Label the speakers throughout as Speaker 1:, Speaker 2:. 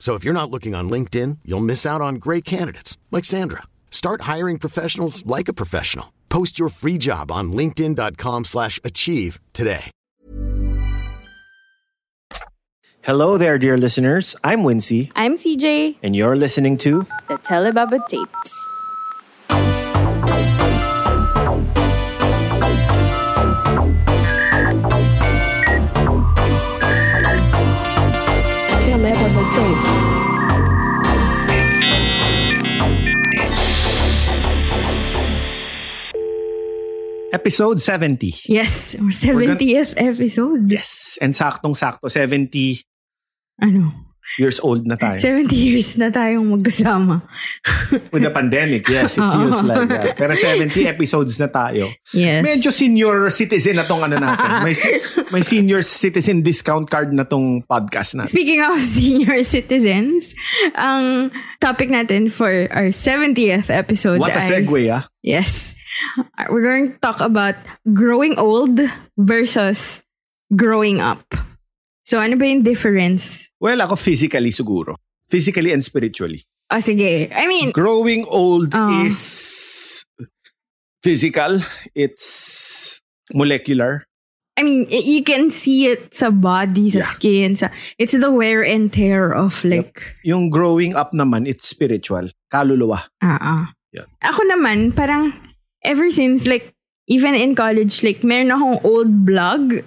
Speaker 1: So if you're not looking on LinkedIn, you'll miss out on great candidates like Sandra. Start hiring professionals like a professional. Post your free job on linkedin.com/achieve slash achieve today.
Speaker 2: Hello there, dear listeners. I'm Wincy,
Speaker 3: I'm CJ,
Speaker 2: and you're listening to
Speaker 3: the Telebaba Tapes.
Speaker 4: Episode 70.
Speaker 3: Yes, our
Speaker 4: gonna-
Speaker 3: 70th episode.
Speaker 4: Yes. And saktong-sakto, 70
Speaker 3: Ano?
Speaker 4: years old na tayo.
Speaker 3: 70 years na tayong magkasama.
Speaker 4: With the pandemic, yes, it feels like that. Pero 70 episodes na tayo.
Speaker 3: yes.
Speaker 4: Medyo senior citizen na tong ano natin. May, si- may senior citizen discount card na tong podcast natin.
Speaker 3: Speaking of senior citizens, ang topic natin for our 70th episode
Speaker 4: What a
Speaker 3: ay-
Speaker 4: segue, ah.
Speaker 3: Yes. We're going to talk about growing old versus growing up. So ano ba yung difference?
Speaker 4: Well, ako physically siguro. Physically and spiritually.
Speaker 3: O Ah, sige, I mean,
Speaker 4: Growing old
Speaker 3: Oh.
Speaker 4: is physical. It's molecular.
Speaker 3: I mean, y- you can see it sa body, sa
Speaker 4: Yeah.
Speaker 3: skin, sa it's the wear and tear of like
Speaker 4: Yung growing up naman, it's spiritual. Kaluluwa.
Speaker 3: ah ah.
Speaker 4: Yeah.
Speaker 3: Ako naman parang ever since like even in college like meron akong old blog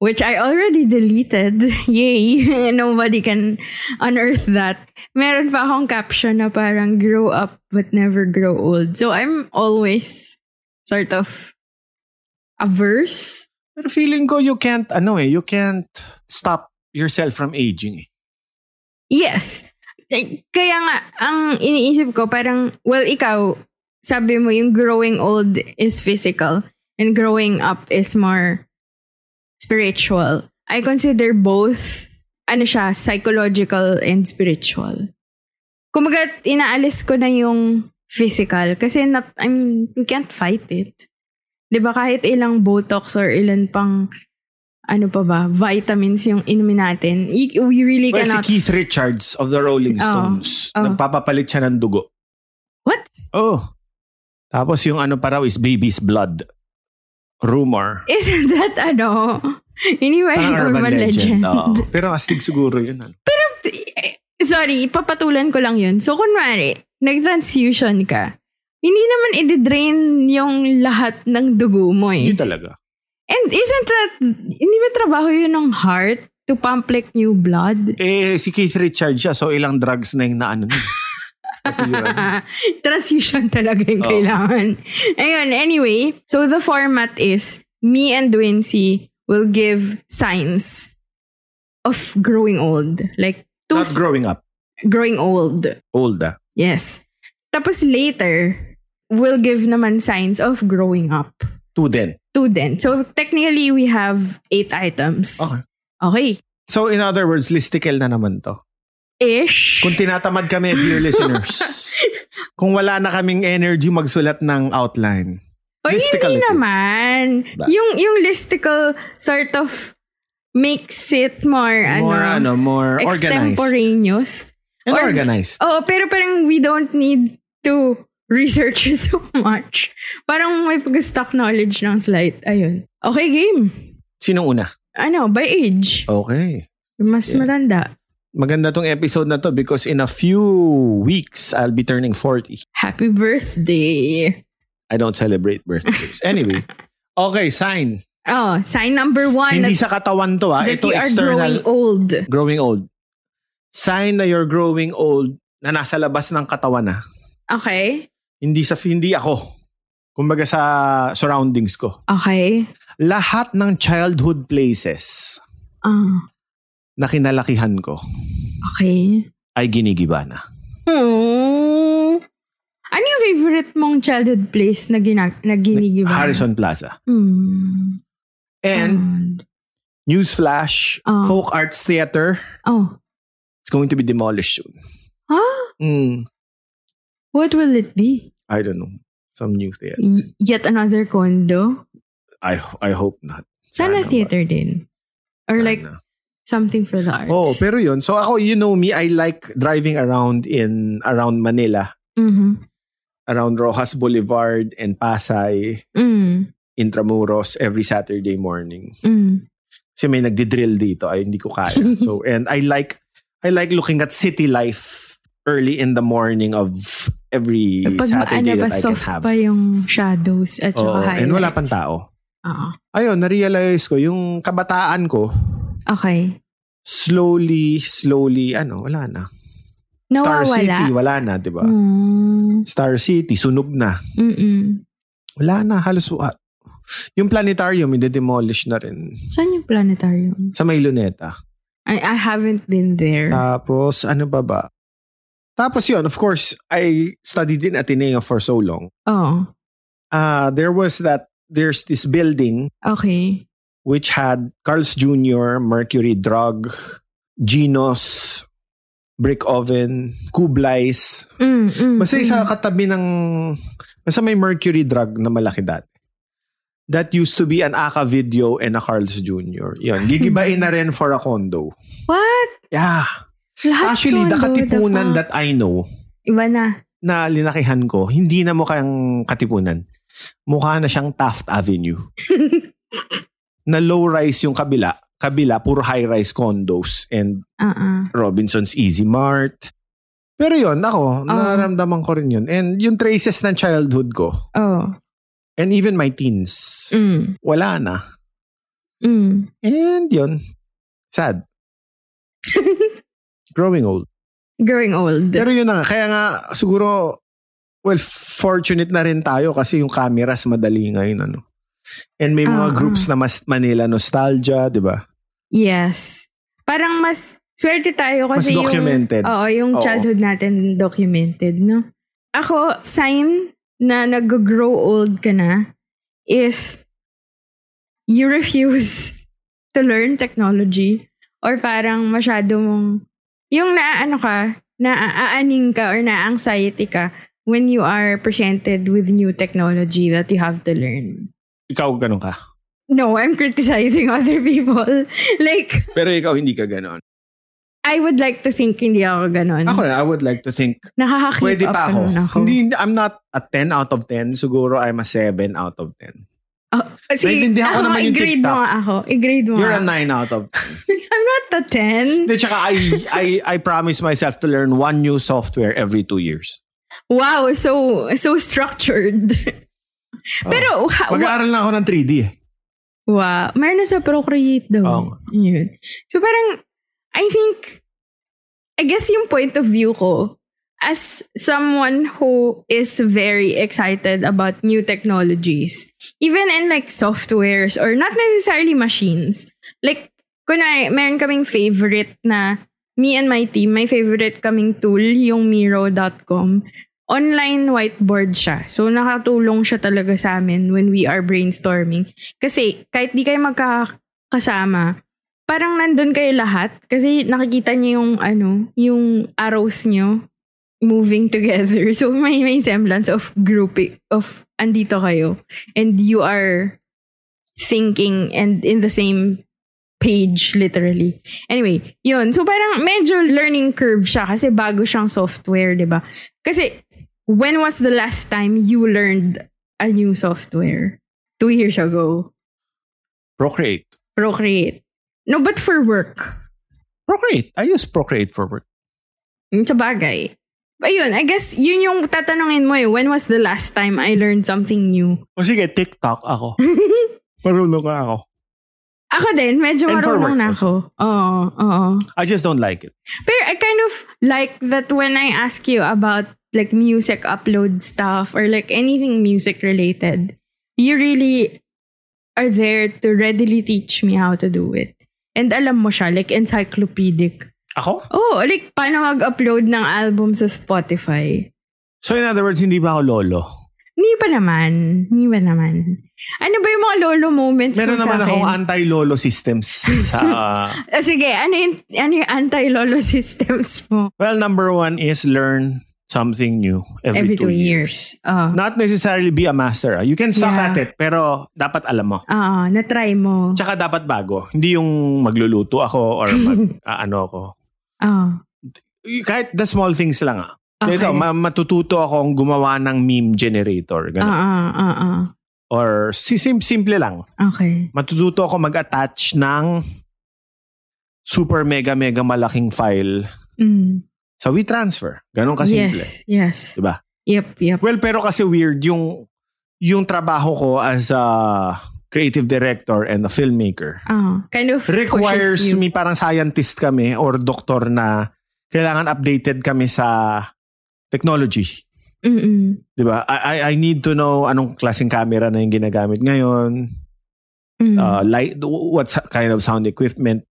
Speaker 3: which I already deleted. Yay! Nobody can unearth that. Meron pa akong caption na parang grow up but never grow old. So I'm always sort of averse
Speaker 4: Pero feeling ko you can't, ano eh, you can't stop yourself from aging eh.
Speaker 3: Yes. Like, Kaya nga, ang iniisip ko, parang, well, ikaw, sabi mo yung growing old is physical and growing up is more spiritual. I consider both, ano siya, psychological and spiritual. Kumaga, inaalis ko na yung physical kasi, not, I mean, we can't fight it. 'Di ba kahit ilang botox or ilan pang ano pa ba, vitamins yung inumin natin, y- we really
Speaker 4: Well,
Speaker 3: cannot
Speaker 4: si Keith Richards of the Rolling
Speaker 3: Oh.
Speaker 4: Stones,
Speaker 3: Oh.
Speaker 4: nagpapapalit siya ng dugo.
Speaker 3: What?
Speaker 4: Oh. Tapos yung ano pa raw is baby's blood. Rumor.
Speaker 3: Isn't that ano? Anyway,
Speaker 4: Parang
Speaker 3: urban, legend.
Speaker 4: Oo. Pero astig siguro yun. ano.
Speaker 3: Sorry, papatulan ko lang yun. So, kunwari, nag-transfusion ka, hindi naman i-drain yung lahat ng dugo mo eh.
Speaker 4: Yun talaga.
Speaker 3: And isn't that, hindi ba trabaho yun ng heart to pump like new blood?
Speaker 4: Eh, si Keith Richards siya, so ilang drugs na yung naano niya. Natural.
Speaker 3: Transfusion talaga yung
Speaker 4: Oo.
Speaker 3: kailangan. Ayun, anyway, so the format is me and Wincy will give signs of growing old. Like, two
Speaker 4: Not growing up.
Speaker 3: growing old.
Speaker 4: Old ah.
Speaker 3: Yes. Tapos later, we'll give naman signs of growing up.
Speaker 4: Two then.
Speaker 3: Two then. So technically, we have eight items.
Speaker 4: Okay.
Speaker 3: Okay.
Speaker 4: So in other words, listicle na naman to.
Speaker 3: Ish.
Speaker 4: Kung tinatamad kami, dear listeners, kung wala na kaming energy magsulat ng outline.
Speaker 3: o
Speaker 4: listicle it is.
Speaker 3: hindi Oh, naman.
Speaker 4: Ba-
Speaker 3: Yung, yung listicle sort of makes it more,
Speaker 4: more ano,
Speaker 3: ano,
Speaker 4: more organized.
Speaker 3: extemporaneous.
Speaker 4: And
Speaker 3: Or-
Speaker 4: organized.
Speaker 3: Oo, pero parang we don't need to research so much. Parang may pag-stock knowledge ng slide. Ayun. Okay, game.
Speaker 4: Sinong una?
Speaker 3: Ano, by age.
Speaker 4: Okay.
Speaker 3: Mas
Speaker 4: Yeah.
Speaker 3: matanda.
Speaker 4: Maganda tong episode na to because in a few weeks, I'll be turning 40.
Speaker 3: Happy birthday.
Speaker 4: I don't celebrate birthdays. anyway. Okay, sign.
Speaker 3: Oh, sign number one
Speaker 4: Hindi
Speaker 3: that,
Speaker 4: sa katawan to ha.
Speaker 3: that
Speaker 4: Ito
Speaker 3: you are growing
Speaker 4: external.
Speaker 3: old.
Speaker 4: growing old. Sign na you're growing old na nasa labas ng katawan ah. na.
Speaker 3: Okay?
Speaker 4: Hindi sa hindi ako. Kumbaga sa surroundings ko.
Speaker 3: Okay.
Speaker 4: Lahat ng childhood places
Speaker 3: Ah,
Speaker 4: na kinalakihan ko
Speaker 3: okay.
Speaker 4: ay ginigiba na.
Speaker 3: Oh. I Ano yung favorite mong childhood place na, gina- na Hmm. ginigiba?
Speaker 4: Harrison Plaza.
Speaker 3: Mm.
Speaker 4: And Newsflash,
Speaker 3: Oh.
Speaker 4: Folk Arts Theater,
Speaker 3: Oh.
Speaker 4: it's going to be demolished soon.
Speaker 3: Huh?
Speaker 4: Mm,
Speaker 3: What will it be?
Speaker 4: I don't know. Some new theater.
Speaker 3: Y- yet another condo?
Speaker 4: I I hope not.
Speaker 3: Sana,
Speaker 4: ba.
Speaker 3: theater din. Or like
Speaker 4: Sana.
Speaker 3: something for the arts.
Speaker 4: Oh, pero yun. So ako, you know me, I like driving around in around Manila,
Speaker 3: Mhm.
Speaker 4: around Rojas Boulevard and Pasay,
Speaker 3: Mm.
Speaker 4: Intramuros every Saturday morning.
Speaker 3: Mm.
Speaker 4: Kasi may nagdi-drill dito, ay hindi ko kaya. So and I like I like looking at city life early in the morning of every
Speaker 3: Pag maano
Speaker 4: Saturday
Speaker 3: ba,
Speaker 4: that I can
Speaker 3: soft
Speaker 4: have.
Speaker 3: pa yung shadows at saka
Speaker 4: Oo,
Speaker 3: highlights.
Speaker 4: and wala pang tao.
Speaker 3: Oo.
Speaker 4: Ayun, na-realize ko yung kabataan ko
Speaker 3: Okay.
Speaker 4: slowly slowly ano, wala na. Star
Speaker 3: Nawawala.
Speaker 4: City wala na, 'di ba?
Speaker 3: Mm,
Speaker 4: Star City sunog na.
Speaker 3: mm-mm.
Speaker 4: Wala na halos wa- Yung planetarium i-demolish na rin
Speaker 3: Saan yung planetarium?
Speaker 4: sa may luneta.
Speaker 3: I, I haven't been there.
Speaker 4: Tapos, ano ba ba? Tapos yun, of course, I studied in Ateneo for so long.
Speaker 3: oh,
Speaker 4: Uh, there was that, there's this building
Speaker 3: okay.
Speaker 4: which had Carl's Jr., Mercury Drug, Genos, Brick Oven, Kublai's.
Speaker 3: Mm, mm,
Speaker 4: Basta isa
Speaker 3: mm.
Speaker 4: katabi ng, basta may Mercury Drug na malaki dati. That used to be an Aka Video and a Carl's Jr. Yun, gigibain na rin for a condo.
Speaker 3: What?
Speaker 4: Yeah.
Speaker 3: Lahat
Speaker 4: Actually,
Speaker 3: yun,
Speaker 4: the
Speaker 3: dude,
Speaker 4: katipunan
Speaker 3: the
Speaker 4: that I know,
Speaker 3: fuck? Iba na.
Speaker 4: na linakihan ko, hindi na mukhang katipunan. Mukha na siyang Taft Avenue. na low-rise yung kabila. Kabila, puro high-rise condos and
Speaker 3: Uh-uh.
Speaker 4: Robinson's Easy Mart. Pero yon ako, nararamdaman ko rin yun. And yung traces ng childhood ko,
Speaker 3: Oh.
Speaker 4: and even my teens,
Speaker 3: Mm,
Speaker 4: wala na.
Speaker 3: mm.
Speaker 4: And yun, sad. Growing old.
Speaker 3: Growing old.
Speaker 4: Pero yun na nga, kaya nga siguro well fortunate na rin tayo kasi yung cameras madali ngayon ano. And may mga
Speaker 3: Ah,
Speaker 4: groups na mas Manila nostalgia, 'di ba?
Speaker 3: yes. Parang mas swerte tayo kasi
Speaker 4: Mas documented.
Speaker 3: yung... Oo, yung
Speaker 4: Oo.
Speaker 3: childhood natin documented, no? Ako, sign na nag-grow old ka na is you refuse to learn technology or parang masyado mong yung naaano ka, naaaning ka or na-anxiety ka when you are presented with new technology that you have to learn.
Speaker 4: Ikaw ganun ka.
Speaker 3: No, I'm criticizing other people. like,
Speaker 4: Pero ikaw hindi ka ganun.
Speaker 3: I would like to think hindi ako ganun.
Speaker 4: Ako rin, I would like to think
Speaker 3: Nakaka-keep
Speaker 4: pwede
Speaker 3: up
Speaker 4: pa ako.
Speaker 3: ganun ako.
Speaker 4: Hindi I'm not a 10 out of 10, siguro I'm a 7 out of 10.
Speaker 3: Oh, kasi
Speaker 4: Naiintindihan ko
Speaker 3: ako,
Speaker 4: naman yung
Speaker 3: i-grade mo
Speaker 4: TikTok.
Speaker 3: nga ako. I-grade mo
Speaker 4: You're a
Speaker 3: nga.
Speaker 4: 9 out of 10.
Speaker 3: I'm not the 10.
Speaker 4: Hindi, tsaka I, I, I promise myself to learn one new software every two years.
Speaker 3: Wow, so so structured.
Speaker 4: Oh.
Speaker 3: Pero, ha- wa-
Speaker 4: Mag-aaral na ako ng 3D eh.
Speaker 3: wow. Meron na sa Procreate daw.
Speaker 4: Oo nga.
Speaker 3: Yun. So parang, I think, I guess yung point of view ko, as someone who is very excited about new technologies, even in like softwares or not necessarily machines, like, kunwari, meron kaming favorite na me and my team, my favorite kaming tool, yung Miro.com. Online whiteboard siya. So, nakatulong siya talaga sa amin when we are brainstorming. Kasi, kahit di kayo magkakasama, parang nandun kayo lahat. Kasi, nakikita niyo yung, ano, yung arrows niyo moving together. So, may, may semblance of group, of andito kayo. And you are thinking and in the same page, literally. Anyway, yun. So, parang medyo learning curve siya kasi bago siyang software, di ba? Kasi, when was the last time you learned a new software? Two years ago.
Speaker 4: Procreate.
Speaker 3: Procreate. No, but for work.
Speaker 4: Procreate. I use Procreate for work.
Speaker 3: Yung Sa bagay. Ayun, I guess yun yung tatanungin mo eh. When was the last time I learned something new?
Speaker 4: O sige, TikTok ako. Marunong ka ako.
Speaker 3: Ako din, medyo
Speaker 4: And for work
Speaker 3: marunong na ako. Oo, oo.
Speaker 4: I just don't like it.
Speaker 3: Pero I kind of like that when I ask you about like music upload stuff or like anything music related, you really are there to readily teach me how to do it. And alam mo siya, like encyclopedic.
Speaker 4: Ako?
Speaker 3: Oh, like paano mag-upload ng album sa Spotify.
Speaker 4: So in other words, hindi ba ako lolo?
Speaker 3: Hindi pa naman. Hindi pa naman. Ano ba yung mga lolo moments mo
Speaker 4: Meron
Speaker 3: sa
Speaker 4: naman
Speaker 3: akin?
Speaker 4: akong anti-lolo systems sa
Speaker 3: Ah, sige, ano yung, ano yung anti-lolo systems mo?
Speaker 4: Well, number one is learn something new every,
Speaker 3: Every, two,
Speaker 4: years.
Speaker 3: years. Oh.
Speaker 4: Not necessarily be a master. ah. You can suck
Speaker 3: Yeah.
Speaker 4: at it, pero dapat alam mo.
Speaker 3: Oo, Ah, na-try mo.
Speaker 4: Tsaka dapat bago. Hindi yung magluluto ako or mag, ah, ano ako.
Speaker 3: Oo.
Speaker 4: Y- Kahit the small things lang ah.
Speaker 3: Ah, Okay.
Speaker 4: Ito, ma- matututo akong gumawa ng meme generator.
Speaker 3: Oo,
Speaker 4: Ganun.
Speaker 3: oo, oo.
Speaker 4: Or si sim- simple lang.
Speaker 3: ah, Okay.
Speaker 4: Matututo ako mag-attach ng super mega mega malaking file
Speaker 3: Mm.
Speaker 4: sa WeTransfer. Ganun kasimple.
Speaker 3: Yes, yes.
Speaker 4: Diba?
Speaker 3: Yep, yep.
Speaker 4: Well, pero kasi weird yung yung trabaho ko as a creative director and a filmmaker
Speaker 3: Ah, kind of
Speaker 4: requires
Speaker 3: pushes you.
Speaker 4: me parang scientist kami or doktor na kailangan updated kami sa technology.
Speaker 3: Mm-mm.
Speaker 4: 'Di ba? I, I I need to know anong klaseng camera na yung ginagamit ngayon,
Speaker 3: Mm.
Speaker 4: uh, light what kind of sound equipment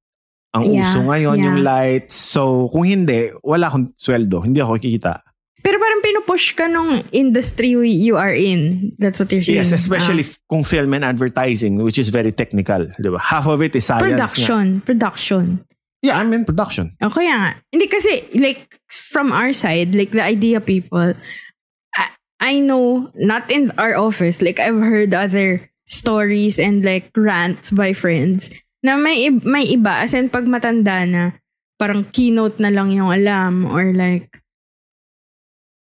Speaker 4: ang
Speaker 3: Yeah,
Speaker 4: uso ngayon,
Speaker 3: yeah.
Speaker 4: yung lights. So, kung hindi, wala akong sweldo. Hindi ako kikita.
Speaker 3: Pero parang pinupush ka nung industry you are in. That's what you're saying.
Speaker 4: Yes, especially f- kung film and advertising, which is very technical. Di ba? Half of it is
Speaker 3: Ah,
Speaker 4: science. nga.
Speaker 3: production. Production.
Speaker 4: Yeah, I'm in production.
Speaker 3: O kaya nga. Hindi kasi, like, from our side, like, the idea people, I, I know, not in our office, like, I've heard other stories and, like, rants by friends na may, ib- may iba, as in, pag matanda na, parang keynote na lang yung alam or, like,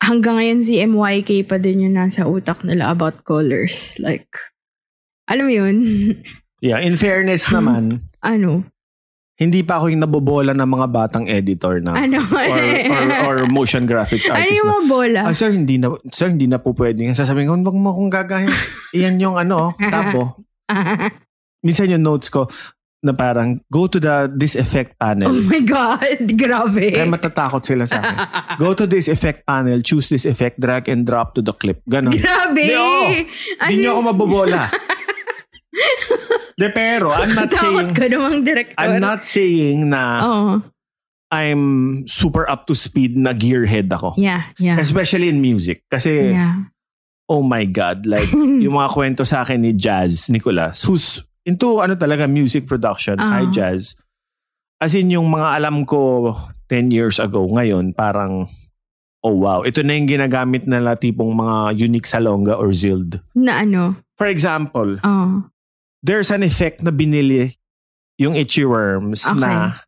Speaker 3: hanggang ngayon si MYK pa din yung nasa utak nila about colors. Like, alam mo yun?
Speaker 4: Yeah, in fairness naman,
Speaker 3: ano?
Speaker 4: hindi pa ako yung nabobola ng mga batang editor na
Speaker 3: Ano?
Speaker 4: or, or, or motion graphics
Speaker 3: ano
Speaker 4: artist
Speaker 3: yung
Speaker 4: na.
Speaker 3: mga bola?
Speaker 4: Ah, sir, hindi na, sir, hindi na po pwede. Sasabihin ko, huwag mo akong gagahin. Iyan yung ano, tapo. Minsan yung notes ko na parang, go to the this effect
Speaker 3: Oh
Speaker 4: panel.
Speaker 3: my God, grabe.
Speaker 4: Mm. Kaya matatakot sila sa akin. Go to this effect panel, choose this effect, drag and drop to the clip. Ganon.
Speaker 3: grabe.
Speaker 4: Hindi, oo.
Speaker 3: As
Speaker 4: Hindi niyo
Speaker 3: in,
Speaker 4: ako mabobola. De, pero I'm not
Speaker 3: Takot
Speaker 4: saying
Speaker 3: ka Oh. namang director.
Speaker 4: I'm not saying na
Speaker 3: Oo.
Speaker 4: I'm super up to speed na gearhead ako.
Speaker 3: Yeah, yeah.
Speaker 4: Especially in music. Kasi,
Speaker 3: Yeah.
Speaker 4: oh my God, like, yung mga kwento sa akin ni Jazz Nicolas, who's into, ano talaga, music production,
Speaker 3: Ah.
Speaker 4: high jazz. As in, yung mga alam ko 10 years ago, ngayon, parang, oh wow, ito na yung ginagamit nila tipong mga unique salonga or zild.
Speaker 3: Na ano. oh,
Speaker 4: For example,
Speaker 3: Oo.
Speaker 4: there's an effect na binili yung itchy worms
Speaker 3: Okay.
Speaker 4: na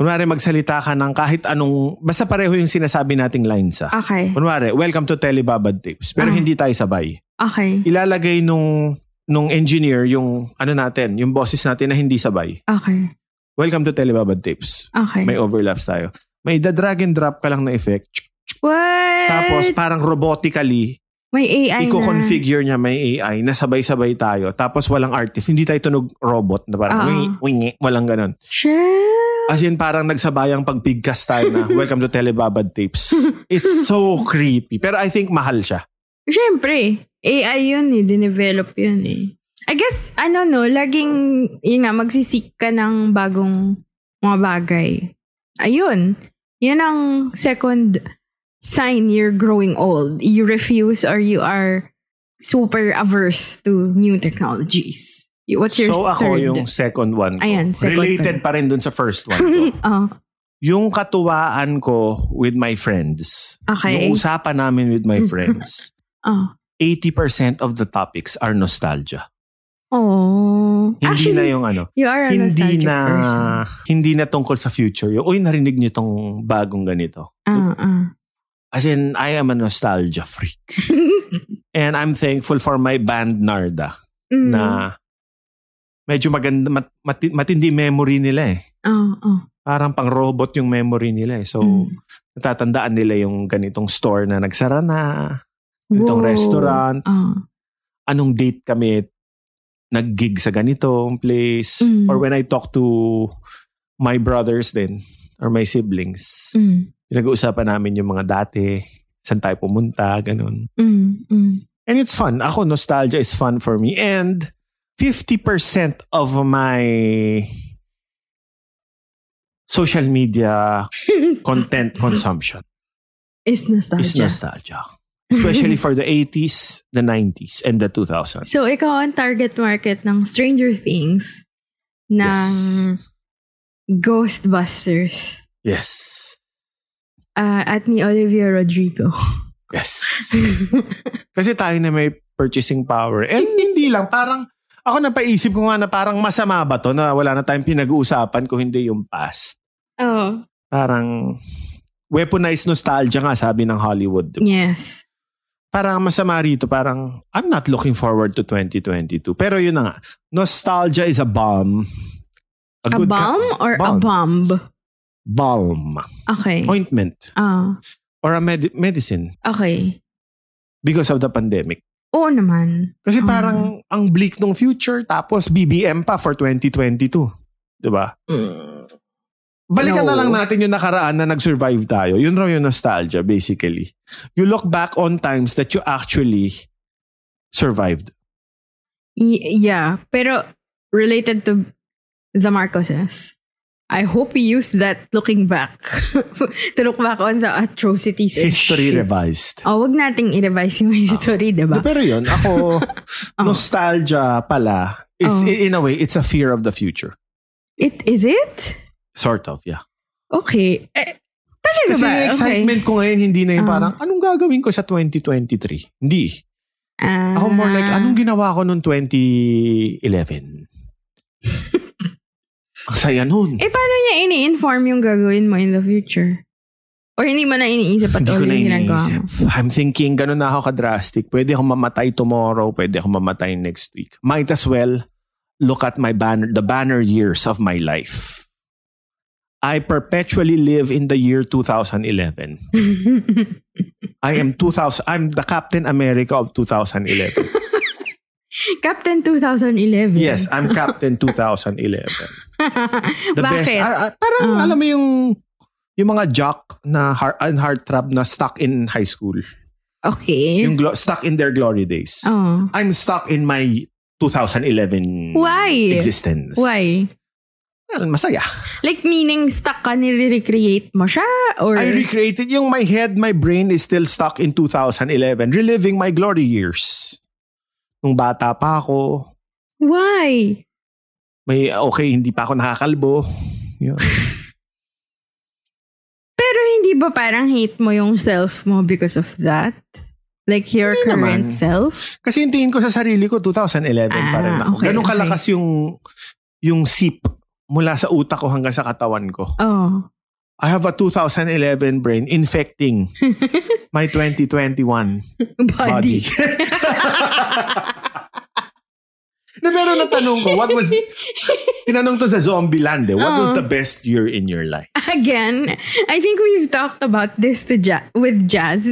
Speaker 4: kunwari magsalita ka ng kahit anong basta pareho yung sinasabi nating lines ah.
Speaker 3: Okay.
Speaker 4: Kunwari, welcome to Telebabad Tips. Pero
Speaker 3: Ah.
Speaker 4: hindi tayo sabay.
Speaker 3: Okay.
Speaker 4: Ilalagay nung nung engineer yung ano natin, yung boses natin na hindi sabay.
Speaker 3: Okay.
Speaker 4: Welcome to Telebabad Tips.
Speaker 3: Okay.
Speaker 4: May overlaps tayo. May da-drag and drop ka lang na effect.
Speaker 3: What?
Speaker 4: Tapos parang robotically,
Speaker 3: may AI na.
Speaker 4: Iko-configure niya may AI na sabay-sabay tayo. Tapos walang artist. Hindi tayo tunog robot na parang
Speaker 3: Oo.
Speaker 4: wingi, wingi. Walang ganun.
Speaker 3: Shit.
Speaker 4: As in parang nagsabayang pagpigkas tayo na welcome to Telebabad Tapes. It's so creepy. Pero I think mahal siya.
Speaker 3: Siyempre, AI yun eh. Dinevelop yun eh. I guess, ano no, laging, yun nga, magsisik ka ng bagong mga bagay. Ayun. Yun ang second sign you're growing old. You refuse or you are super averse to new technologies. Y- What's your
Speaker 4: so
Speaker 3: third?
Speaker 4: ako yung second one ko.
Speaker 3: Ayan, second
Speaker 4: Related pa rin dun sa first one ko.
Speaker 3: oh,
Speaker 4: yung katuwaan ko with my friends.
Speaker 3: Okay.
Speaker 4: Yung usapan namin with my friends.
Speaker 3: oh.
Speaker 4: 80% of the topics are nostalgia.
Speaker 3: Oh.
Speaker 4: Hindi
Speaker 3: Actually,
Speaker 4: na yung ano.
Speaker 3: you are a
Speaker 4: hindi
Speaker 3: nostalgic
Speaker 4: na
Speaker 3: person. Ah,
Speaker 4: hindi na tungkol sa future. Yung, uy, narinig niyo tong bagong ganito.
Speaker 3: Ah, ah.
Speaker 4: As in, I am a nostalgia freak. And I'm thankful for my band Narda
Speaker 3: Mm.
Speaker 4: na medyo maganda, mat, mati- matindi memory nila eh.
Speaker 3: Oh, oh.
Speaker 4: Parang pang robot yung memory nila eh. So,
Speaker 3: Mm.
Speaker 4: natatandaan nila yung ganitong store na nagsara na, ganitong
Speaker 3: Whoa.
Speaker 4: restaurant,
Speaker 3: Oh.
Speaker 4: anong date kami nag-gig sa ganitong place.
Speaker 3: Mm.
Speaker 4: Or when I talk to my brothers then or my siblings,
Speaker 3: Mm.
Speaker 4: pinag-uusapan namin yung mga dati, saan tayo pumunta, ganun.
Speaker 3: Mm, mm.
Speaker 4: And it's fun. Ako, nostalgia is fun for me. And 50% of my social media content consumption
Speaker 3: is nostalgia.
Speaker 4: is nostalgia. Especially for the 80s, the 90s, and the 2000s.
Speaker 3: So, ikaw ang target market ng Stranger Things, ng Ghostbusters,
Speaker 4: Yes.
Speaker 3: ah, at ni Olivia Rodrigo.
Speaker 4: Yes. Kasi tayo na may purchasing power. And hindi lang, parang, ako napaisip ko nga na parang masama ba to na wala na tayong pinag-uusapan kung hindi yung past.
Speaker 3: oh,
Speaker 4: Parang, weaponized nostalgia nga sabi ng Hollywood. di ba?
Speaker 3: yes.
Speaker 4: parang masama rito, parang I'm not looking forward to 2022. Pero yun na nga, nostalgia is a bomb.
Speaker 3: A,
Speaker 4: good ca-
Speaker 3: bomb or a
Speaker 4: bomb?
Speaker 3: bomb?
Speaker 4: Balm.
Speaker 3: Okay.
Speaker 4: Ointment.
Speaker 3: Ah,
Speaker 4: Or a med- medicine
Speaker 3: okay.
Speaker 4: because of the pandemic.
Speaker 3: Oo naman.
Speaker 4: Kasi parang ang bleak ng future tapos BBM pa for 2022. 'Di ba?
Speaker 3: Mm.
Speaker 4: Balikan na
Speaker 3: No.
Speaker 4: lang natin yung nakaraan na nag-survive tayo. Yun raw yung nostalgia basically. You look back on times that you actually survived.
Speaker 3: Y- yeah, pero related to the Marcoses. I hope we use that looking back to look back on the atrocities. and
Speaker 4: History Ah.
Speaker 3: Eh, shit.
Speaker 4: revised.
Speaker 3: Oh, wag nating i-revise yung history,
Speaker 4: No,
Speaker 3: diba? Oh.
Speaker 4: pero yun, ako, nostalgia pala, is,
Speaker 3: Oo.
Speaker 4: in a way, it's a fear of the future.
Speaker 3: It, is it?
Speaker 4: Sort of, yeah.
Speaker 3: Okay. Eh, talaga
Speaker 4: Kasi
Speaker 3: ba?
Speaker 4: yung excitement ko ngayon, hindi na yung
Speaker 3: Oh.
Speaker 4: parang, anong gagawin ko sa 2023? Hindi.
Speaker 3: Okay. Ah,
Speaker 4: Ako more like, anong ginawa ko noong 2011? Ang saya nun.
Speaker 3: Eh, paano niya ini-inform yung gagawin mo in the future? Or hindi mo na iniisip at
Speaker 4: Hindi
Speaker 3: all
Speaker 4: ko na
Speaker 3: yung ginagawa
Speaker 4: iniisip.
Speaker 3: mo?
Speaker 4: I'm thinking, ganun na ako ka-drastic. Pwede akong mamatay tomorrow, pwede akong mamatay next week. Might as well look at my banner, the banner years of my life. I perpetually live in the year 2011. I am 2000, I'm the Captain America of 2011.
Speaker 3: Captain 2011.
Speaker 4: Yes, I'm Captain 2011. The best.
Speaker 3: Bakit?
Speaker 4: Ah, ah, parang
Speaker 3: Ah.
Speaker 4: alam mo yung yung mga jock na heart, and heart trap na stuck in high school.
Speaker 3: okay.
Speaker 4: Yung glo- stuck in their glory days.
Speaker 3: oh.
Speaker 4: I'm stuck in my 2011
Speaker 3: Why?
Speaker 4: existence.
Speaker 3: Why?
Speaker 4: Well, masaya.
Speaker 3: Like meaning stuck ka, nire-recreate mo siya? Or...
Speaker 4: I recreated yung my head, my brain is still stuck in 2011, reliving my glory years. Nung bata pa ako,
Speaker 3: Why?
Speaker 4: may okay, hindi pa ako nakakalbo. Yun.
Speaker 3: Pero hindi ba parang hate mo yung self mo because of that? Like your
Speaker 4: Hindi
Speaker 3: current
Speaker 4: naman.
Speaker 3: self?
Speaker 4: Kasi yung tingin ko sa sarili ko, 2011 pa
Speaker 3: Ah,
Speaker 4: rin ako.
Speaker 3: okay,
Speaker 4: Ganun
Speaker 3: okay.
Speaker 4: kalakas yung, yung sip mula sa utak ko hanggang sa katawan ko.
Speaker 3: Oh.
Speaker 4: I have a 2011 brain infecting my 2021 body.
Speaker 3: Body.
Speaker 4: na pero natanong ko, what was, tinanong to sa Zombieland eh, what was the best year in your life?
Speaker 3: Again, I think we've talked about this to ja- with Jazz.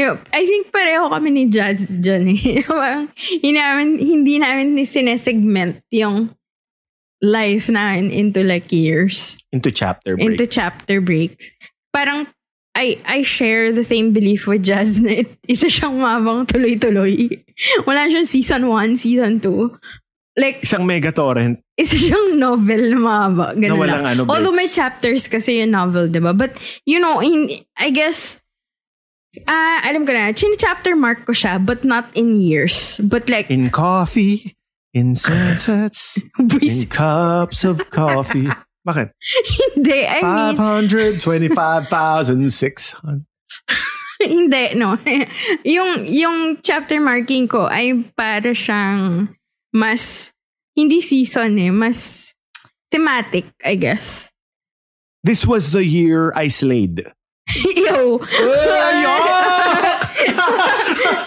Speaker 3: No, I think pareho kami ni Jazz dyan eh. Parang hindi namin, hindi namin ni sinesegment yung life namin into like years.
Speaker 4: Into chapter breaks.
Speaker 3: Into chapter breaks. Parang I I share the same belief with Jazz na it- isa siyang mabang tuloy-tuloy. Wala siyang season 1, season 2. Like,
Speaker 4: Isang mega torrent.
Speaker 3: isa siyang novel na mahaba. Ganun
Speaker 4: Na walang
Speaker 3: lang.
Speaker 4: ano, breaks.
Speaker 3: Although may chapters kasi yung novel, di ba? But, you know, in, I guess, ah alam ko na, chapter mark ko siya, but not in years. But like,
Speaker 4: In coffee, in sunsets, in
Speaker 3: buwis-
Speaker 4: cups of coffee. Bakit?
Speaker 3: hindi, I mean,
Speaker 4: 525,600.
Speaker 3: hindi, no. yung, yung chapter marking ko ay para siyang mas, hindi season eh, mas thematic, I guess.
Speaker 4: This was the year I slayed.
Speaker 3: Ew!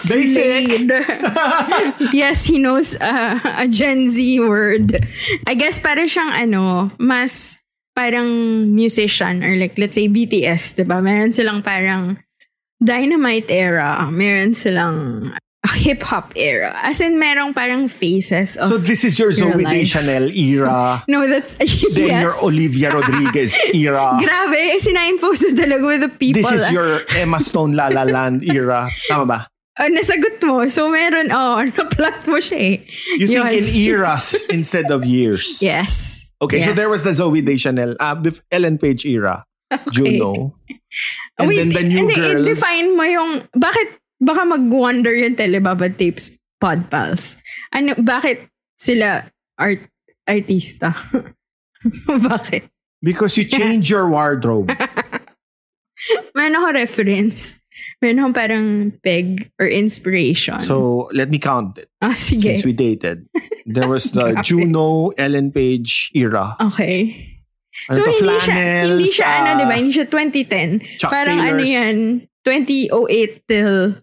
Speaker 4: They sick.
Speaker 3: yes, he knows uh, a Gen Z word. I guess para siyang ano, mas parang musician or like let's say BTS, 'di ba? Meron silang parang dynamite era, meron silang hip hop era. As in merong parang phases of
Speaker 4: So this is your
Speaker 3: Your
Speaker 4: Zoe De
Speaker 3: life.
Speaker 4: Chanel era.
Speaker 3: No, that's
Speaker 4: Then
Speaker 3: yes.
Speaker 4: your Olivia Rodriguez era.
Speaker 3: Grabe, eh, sinine-post na talaga with the people.
Speaker 4: This is
Speaker 3: ah.
Speaker 4: your Emma Stone La La Land era. Tama ba?
Speaker 3: Ah, nasagot mo. So, meron, oh, na-plot mo siya eh.
Speaker 4: You think
Speaker 3: Yun.
Speaker 4: in eras instead of years.
Speaker 3: Yes.
Speaker 4: Okay, so
Speaker 3: Yes.
Speaker 4: there was the Zoe De Chanel, uh, bef- Ellen Page era. Juno. And
Speaker 3: Wait,
Speaker 4: then the new
Speaker 3: hindi,
Speaker 4: girl.
Speaker 3: i-define mo yung, bakit, baka mag-wonder yung Telebaba Tapes Pod Pals. Ano, bakit sila art, artista? bakit?
Speaker 4: Because you change your wardrobe.
Speaker 3: Meron ako reference. Meron akong parang peg or inspiration.
Speaker 4: so let me count it.
Speaker 3: ah, sige.
Speaker 4: Since we dated, there was the
Speaker 3: Grabe.
Speaker 4: Juno Ellen Page era.
Speaker 3: okay.
Speaker 4: Ano
Speaker 3: so,
Speaker 4: to,
Speaker 3: hindi siya,
Speaker 4: flannels,
Speaker 3: hindi siya, ano,
Speaker 4: ah,
Speaker 3: di ba? Hindi siya 2010.
Speaker 4: Chuck
Speaker 3: Parang ano
Speaker 4: Taylors.
Speaker 3: yan, 2008 till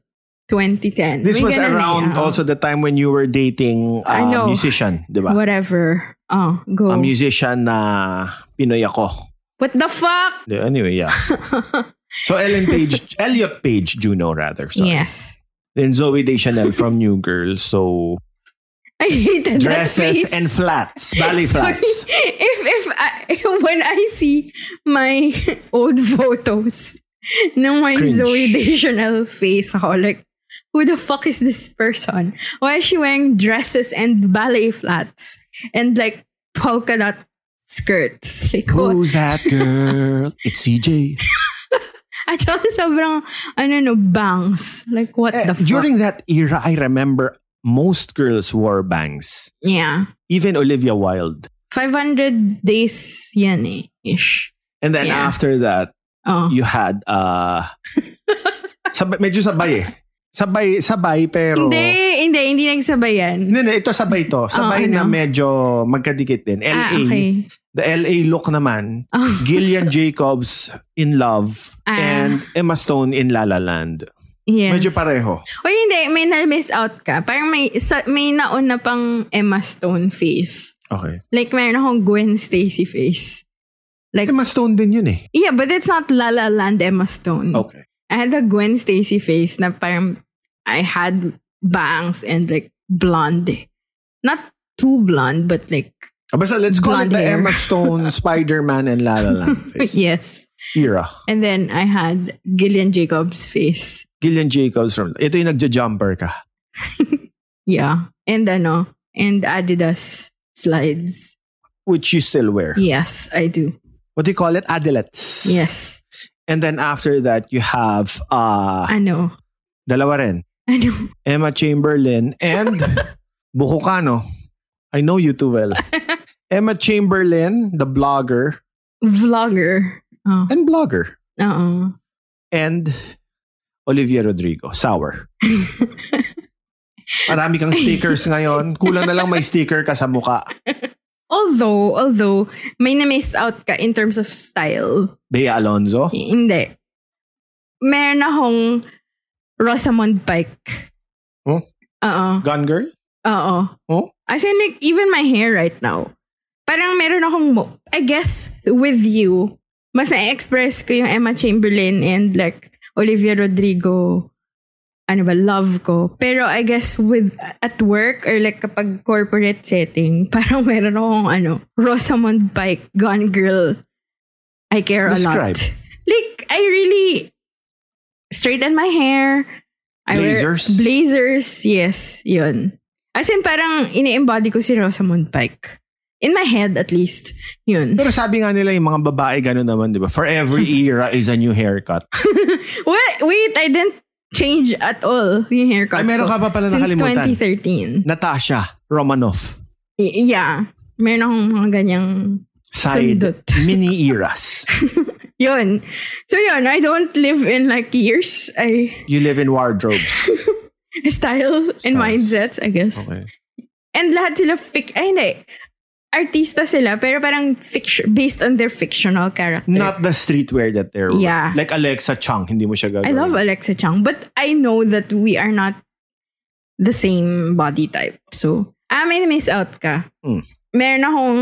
Speaker 3: 2010.
Speaker 4: This
Speaker 3: May
Speaker 4: was
Speaker 3: ganun eh,
Speaker 4: around
Speaker 3: ah.
Speaker 4: also the time when you were dating
Speaker 3: I
Speaker 4: a
Speaker 3: know.
Speaker 4: musician, di ba?
Speaker 3: Whatever. Oh, go.
Speaker 4: A musician na Pinoy ako.
Speaker 3: What the fuck?
Speaker 4: Di- Anyway, yeah. so Ellen Page, Elliot Page, Juno rather. Sorry.
Speaker 3: Yes.
Speaker 4: Then Zoe Deschanel from New Girl. So
Speaker 3: I hated that
Speaker 4: dresses
Speaker 3: face.
Speaker 4: and flats, ballet
Speaker 3: Sorry.
Speaker 4: flats.
Speaker 3: If if I, when I see my old photos ng my
Speaker 4: Cringe.
Speaker 3: Zoe Deschanel face, ako like, who the fuck is this person? Why is she wearing dresses and ballet flats and like polka dot skirts? Like, oh, what?
Speaker 4: Who's that girl? It's CJ.
Speaker 3: At saka sobrang, ano no, bangs. Like, what
Speaker 4: Eh,
Speaker 3: the fuck?
Speaker 4: During that era, I remember most girls wore bangs.
Speaker 3: yeah.
Speaker 4: Even Olivia Wilde.
Speaker 3: 500 days yan eh, ish.
Speaker 4: And then
Speaker 3: Yeah.
Speaker 4: after that,
Speaker 3: Oh.
Speaker 4: you had uh sabay, medyo sabay eh. Sabay, sabay pero
Speaker 3: Hindi, hindi, hindi nagsabay yan.
Speaker 4: Hindi, hindi, ito sabay to. Sabay na
Speaker 3: ano?
Speaker 4: medyo magkadikit din. LA.
Speaker 3: Ah, okay.
Speaker 4: The LA look naman.
Speaker 3: Oh.
Speaker 4: Gillian Jacobs in Love
Speaker 3: Ah.
Speaker 4: and Emma Stone in La La Land.
Speaker 3: Yes.
Speaker 4: Medyo pareho.
Speaker 3: O hindi, may na-miss out ka. Parang may, sa, may nauna pang Emma Stone face.
Speaker 4: Okay.
Speaker 3: Like, meron akong Gwen Stacy face. Like,
Speaker 4: Emma Stone din yun eh.
Speaker 3: yeah, but it's not La La Land Emma Stone.
Speaker 4: Okay.
Speaker 3: I had a Gwen Stacy face na parang I had bangs and like blonde. Not too blonde, but like,
Speaker 4: Ah, Basta let's call
Speaker 3: Blonde
Speaker 4: it the
Speaker 3: hair.
Speaker 4: Emma Stone, Spider-Man, and La La Land face.
Speaker 3: yes.
Speaker 4: Era.
Speaker 3: And then I had Gillian Jacobs face.
Speaker 4: Gillian Jacobs from... Ito yung nagja-jumper ka.
Speaker 3: Yeah. And ano, and Adidas slides.
Speaker 4: Which you still wear.
Speaker 3: Yes, I do.
Speaker 4: What do you call it? Adelets.
Speaker 3: Yes.
Speaker 4: And then after that, you have... Uh,
Speaker 3: Ano?
Speaker 4: dalawa rin.
Speaker 3: Ano?
Speaker 4: Emma Chamberlain and Bukukano. I know you too well. Emma Chamberlain, the blogger
Speaker 3: Vlogger. Oh. uh-uh.
Speaker 4: and blogger,
Speaker 3: Oo.
Speaker 4: and Olivia Rodrigo, sour. Marami kang stickers ngayon. Kulang na lang may sticker ka sa muka.
Speaker 3: Although, although, may na-miss out ka in terms of style.
Speaker 4: Bea Alonzo.
Speaker 3: H- Hindi. Meron akong Rosamond Pike. Uh-uh.
Speaker 4: Huh?
Speaker 3: Oo.
Speaker 4: Gun Girl?
Speaker 3: Oo.
Speaker 4: Oh?
Speaker 3: As in, like, even my hair right now. Parang meron akong, mo- I guess, with you, mas na-express ko yung Emma Chamberlain and like, Olivia Rodrigo, ano ba, love ko. Pero I guess with, at work or like kapag corporate setting, parang meron akong ano, Rosamond Pike, Gone Girl, I care
Speaker 4: Describe.
Speaker 3: a lot. Like, I really straighten my hair. I
Speaker 4: Blazers?
Speaker 3: Wear blazers, yes, yun. As in, parang ini-embody ko si Rosamund Pike. In my head, at least. Yun.
Speaker 4: Pero sabi nga nila yung mga babae gano'n naman, di ba? For every era is a new haircut.
Speaker 3: Wait, wait, I didn't change at all yung haircut
Speaker 4: Ay, meron
Speaker 3: ko
Speaker 4: ka pa pala
Speaker 3: Since
Speaker 4: nakalimutan.
Speaker 3: 2013.
Speaker 4: Natasha Romanoff.
Speaker 3: Y- yeah. Meron akong mga ganyang
Speaker 4: Side
Speaker 3: Sundot.
Speaker 4: mini eras.
Speaker 3: Yun. So yun, I don't live in like years. I
Speaker 4: You live in wardrobes.
Speaker 3: style and
Speaker 4: Styles.
Speaker 3: mindsets, I guess.
Speaker 4: Okay.
Speaker 3: And lahat sila fic... Ay, hindi. Artista sila, pero parang fiction, based on their fictional character.
Speaker 4: Not the streetwear that they're
Speaker 3: Yeah.
Speaker 4: like Alexa Chung, hindi mo siya gagawin.
Speaker 3: I love Alexa Chung, but I know that we are not the same body type. So, ah, may miss out ka.
Speaker 4: Mm.
Speaker 3: Meron akong,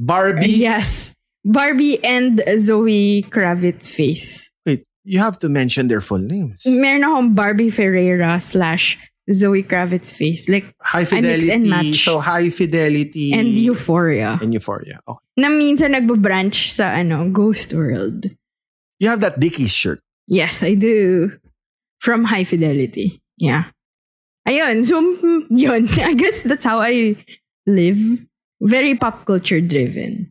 Speaker 4: Barbie.
Speaker 3: yes, Barbie and Zoe Kravitz face.
Speaker 4: Wait, you have to mention their full names.
Speaker 3: Meron akong Barbie Ferreira slash Zoe Kravitz face. Like,
Speaker 4: High
Speaker 3: I mix
Speaker 4: fidelity.
Speaker 3: and match.
Speaker 4: So high fidelity
Speaker 3: and Euphoria.
Speaker 4: and euphoria. Okay.
Speaker 3: Na minsan nagbabranch sa, ano, Ghost World.
Speaker 4: You have that Dickies shirt.
Speaker 3: Yes, I do. From High Fidelity. Yeah. Ayun. So, mm, yun. I guess that's how I live. Very pop culture driven.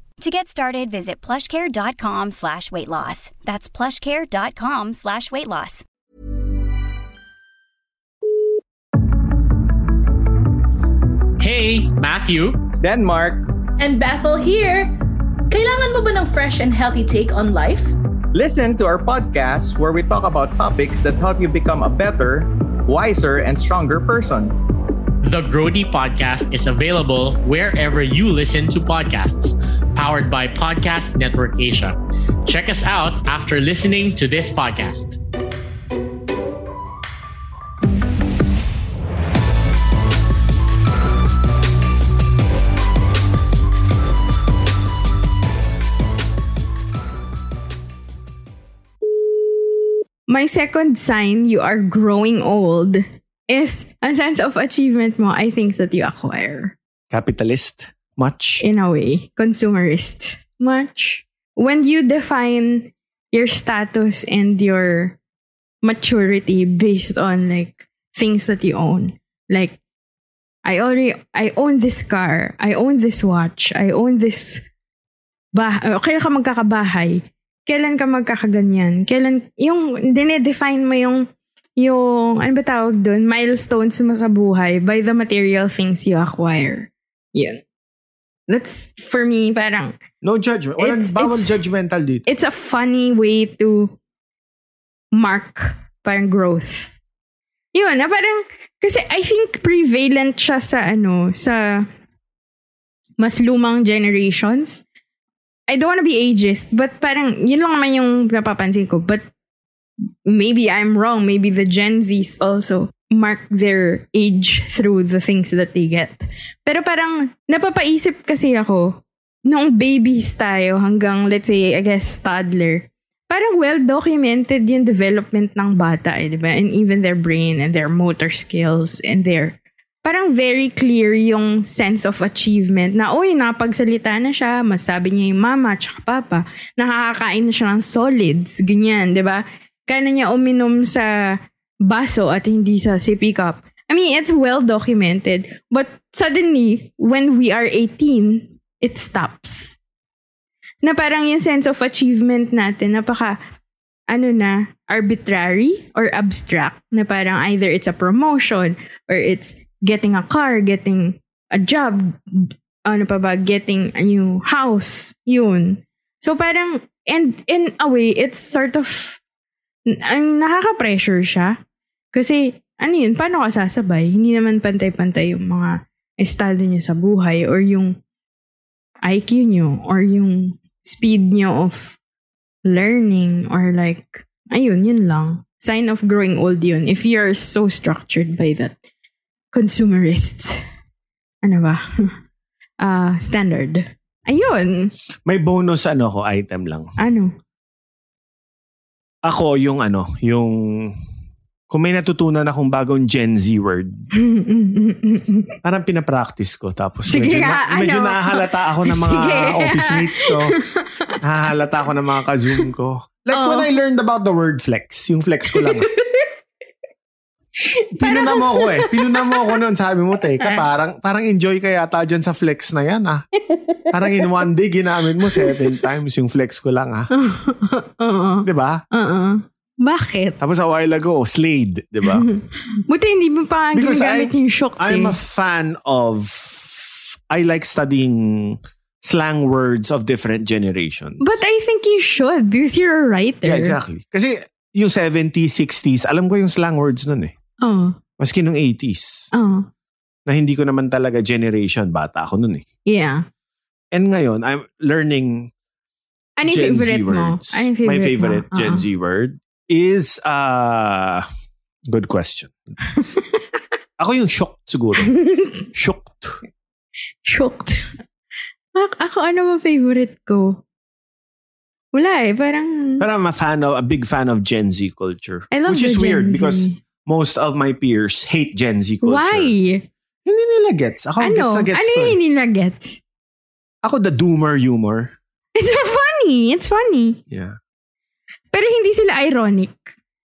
Speaker 5: To get started, visit plushcare.com slash weight loss. That's plushcare.com slash weight loss.
Speaker 6: Hey, Matthew.
Speaker 7: Denmark.
Speaker 8: And Bethel here. Kailangan mo ba ng fresh and healthy take on life?
Speaker 7: Listen to our podcast where we talk about topics that help you become a better, wiser, and stronger person.
Speaker 6: The Grody Podcast is available wherever you listen to podcasts, powered by Podcast Network Asia. Check us out after listening to this podcast.
Speaker 3: My second sign you are growing old is a sense of achievement mo, I think, that you acquire.
Speaker 4: Capitalist? Much?
Speaker 3: In a way, consumerist. Much. When you define your status and your maturity based on like things that you own. Like I already I own this car, I own this watch, I own this bah uh, kailan ka magkakabahay? Kailan ka magkakaganyan? Kailan yung dinedefine mo yung yung ano ba tawag doon? Milestones mo sa buhay by the material things you acquire. Yun. That's for me parang
Speaker 4: No judgment. Walang
Speaker 3: It's-
Speaker 4: bawal
Speaker 3: it's-
Speaker 4: judgmental dito.
Speaker 3: it's a funny way to mark parang growth. Yun, na parang, kasi I think prevalent siya sa ano, sa mas lumang generations. I don't wanna be ageist, but parang, yun lang naman yung napapansin ko. But maybe I'm wrong. Maybe the Gen Zs also mark their age through the things that they get. Pero parang, napapaisip kasi ako, nung babies tayo hanggang, let's say, I guess, toddler, parang well-documented yung development ng bata, eh, di ba? And even their brain and their motor skills and their... Parang very clear yung sense of achievement na, uy, napagsalita na siya, masabi niya yung mama at papa, nakakakain na siya ng solids, ganyan, di ba? Kaya na niya uminom sa baso at hindi sa sippy cup. I mean, it's well documented. But suddenly, when we are 18, it stops. Na parang yung sense of achievement natin, napaka, ano na, arbitrary or abstract. Na parang either it's a promotion or it's getting a car, getting a job, ano pa ba, getting a new house. Yun. So parang, and in a way, it's sort of, ang nakaka-pressure siya. Kasi, ano yun, paano ka sasabay? Hindi naman pantay-pantay yung mga estado nyo sa buhay or yung IQ nyo or yung speed nyo of learning or like, ayun, yun lang. Sign of growing old yun if you're so structured by that consumerist, ano ba, Ah, standard. Ayun.
Speaker 4: May bonus ano ko item lang.
Speaker 3: Ano?
Speaker 4: Ako yung ano, yung kung may natutunan akong bagong Gen Z word, parang pinapractice ko. Tapos
Speaker 3: Sige
Speaker 4: medyo,
Speaker 3: nga,
Speaker 4: na, medyo
Speaker 3: ano?
Speaker 4: nahahalata ako ng mga
Speaker 3: Sige.
Speaker 4: office mates ko. nahahalata ako ng mga ka-zoom ko. Like
Speaker 3: Oo.
Speaker 4: when I learned about the word flex, yung flex ko lang. Pinuna mo ako eh. Pinuna mo ako noon. Sabi mo,
Speaker 3: Ah.
Speaker 4: teka, parang, parang enjoy ka yata dyan sa flex na yan ah. Parang in one day, ginamit mo seven times yung flex ko lang ah.
Speaker 3: Oh. Oo.
Speaker 4: Di ba?
Speaker 3: Oo. Bakit?
Speaker 4: Tapos a while ago, oh, Slade, di ba?
Speaker 3: Buti hindi mo pa
Speaker 4: Because
Speaker 3: ginagamit
Speaker 4: I-
Speaker 3: yung shock
Speaker 4: I'm
Speaker 3: eh.
Speaker 4: a fan of, I like studying slang words of different generations.
Speaker 3: But I think you should because you're a writer.
Speaker 4: Yeah, exactly. Kasi yung 70s, 60s, alam ko yung slang words nun eh.
Speaker 3: Oh,
Speaker 4: Maski nung 80s,
Speaker 3: oh.
Speaker 4: na hindi ko naman talaga generation, bata ako nun eh.
Speaker 3: Yeah.
Speaker 4: And ngayon, I'm learning
Speaker 3: Ano yung
Speaker 4: Gen Z
Speaker 3: favorite mo?
Speaker 4: words.
Speaker 3: Ano yung
Speaker 4: My
Speaker 3: favorite
Speaker 4: favorite
Speaker 3: mo? Uh-huh.
Speaker 4: Gen
Speaker 3: Oo.
Speaker 4: Z word is, uh, good question. ako yung shocked siguro.
Speaker 3: Uh-huh.
Speaker 4: shocked.
Speaker 3: Shocked. Ak- ako, ano mo favorite ko? Wala eh, parang...
Speaker 4: But I'm a fan of, a big fan of Gen Z culture.
Speaker 3: I love
Speaker 4: which is
Speaker 3: the Gen
Speaker 4: weird
Speaker 3: Z.
Speaker 4: because most of my peers hate Gen Z culture.
Speaker 3: Why?
Speaker 4: Hindi nila gets. Ako
Speaker 3: ano?
Speaker 4: gets na gets
Speaker 3: ano
Speaker 4: ko.
Speaker 3: yung
Speaker 4: eh.
Speaker 3: hindi na gets?
Speaker 4: Ako the doomer humor.
Speaker 3: It's funny. It's funny.
Speaker 4: Yeah.
Speaker 3: Pero hindi sila ironic.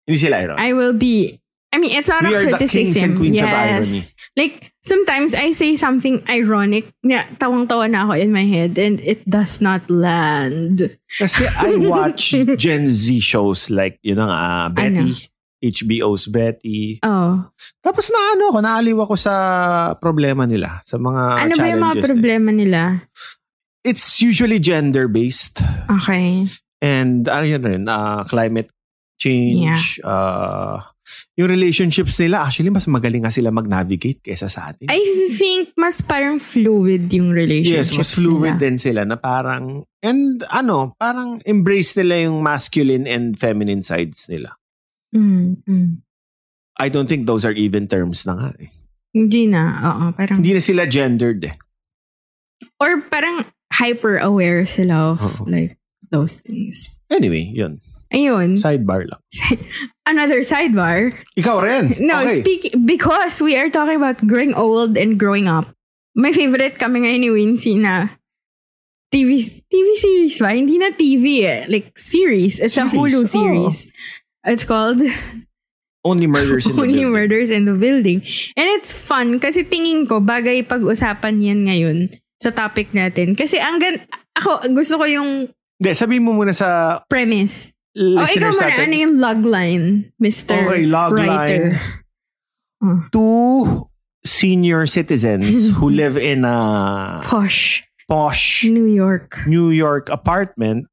Speaker 4: Hindi sila ironic.
Speaker 3: I will be... I mean, it's not
Speaker 4: We
Speaker 3: a
Speaker 4: are the kings
Speaker 3: criticism.
Speaker 4: and queens of
Speaker 3: yes.
Speaker 4: irony.
Speaker 3: Like, sometimes I say something ironic na tawang-tawa na ako in my head and it does not land.
Speaker 4: Kasi I watch Gen Z shows like, yun know, nga, ah, Betty.
Speaker 3: Ano?
Speaker 4: HBO's Betty.
Speaker 3: Oh.
Speaker 4: Tapos na ano ako, naaliw ako sa problema nila. Sa mga Ah,
Speaker 3: ano ba yung mga
Speaker 4: challenges eh. nila.
Speaker 3: problema nila?
Speaker 4: It's usually gender-based.
Speaker 3: Okay.
Speaker 4: And ano yun rin, ah, climate change. ah, yung relationships nila, actually, mas magaling nga sila mag-navigate kaysa sa atin.
Speaker 3: I think mas parang fluid yung relationship.
Speaker 4: Yes, mas fluid din sila na parang, and ano, parang embrace nila yung masculine and feminine sides nila.
Speaker 3: Mm, mm.
Speaker 4: I don't think those are even terms na nga eh.
Speaker 3: Hindi na. Oo, parang...
Speaker 4: Hindi na sila gendered eh.
Speaker 3: Or parang hyper-aware sila of like those things.
Speaker 4: Anyway, yun.
Speaker 3: Ayun.
Speaker 4: Sidebar lang.
Speaker 3: Another sidebar.
Speaker 4: Ikaw rin.
Speaker 3: No,
Speaker 4: Okay.
Speaker 3: speak because we are talking about growing old and growing up. My favorite kami ngayon ni Wincy na TV, TV series ba? Hindi na TV eh. Like series. It's a
Speaker 4: Series,
Speaker 3: Hulu
Speaker 4: oh.
Speaker 3: series. It's called
Speaker 4: Only murders in the
Speaker 3: Only
Speaker 4: building.
Speaker 3: Murders in the Building. And it's fun kasi tingin ko bagay pag-usapan yan ngayon sa topic natin. Kasi ang gan... Ako, gusto ko yung
Speaker 4: Hindi, sabihin mo muna sa
Speaker 3: premise. O ikaw
Speaker 4: listeners
Speaker 3: muna,
Speaker 4: natin.
Speaker 3: ano yung logline, Mr.
Speaker 4: Okay, logline.
Speaker 3: Writer?
Speaker 4: Two senior citizens who live in a
Speaker 3: Posh.
Speaker 4: posh
Speaker 3: New York.
Speaker 4: New York apartment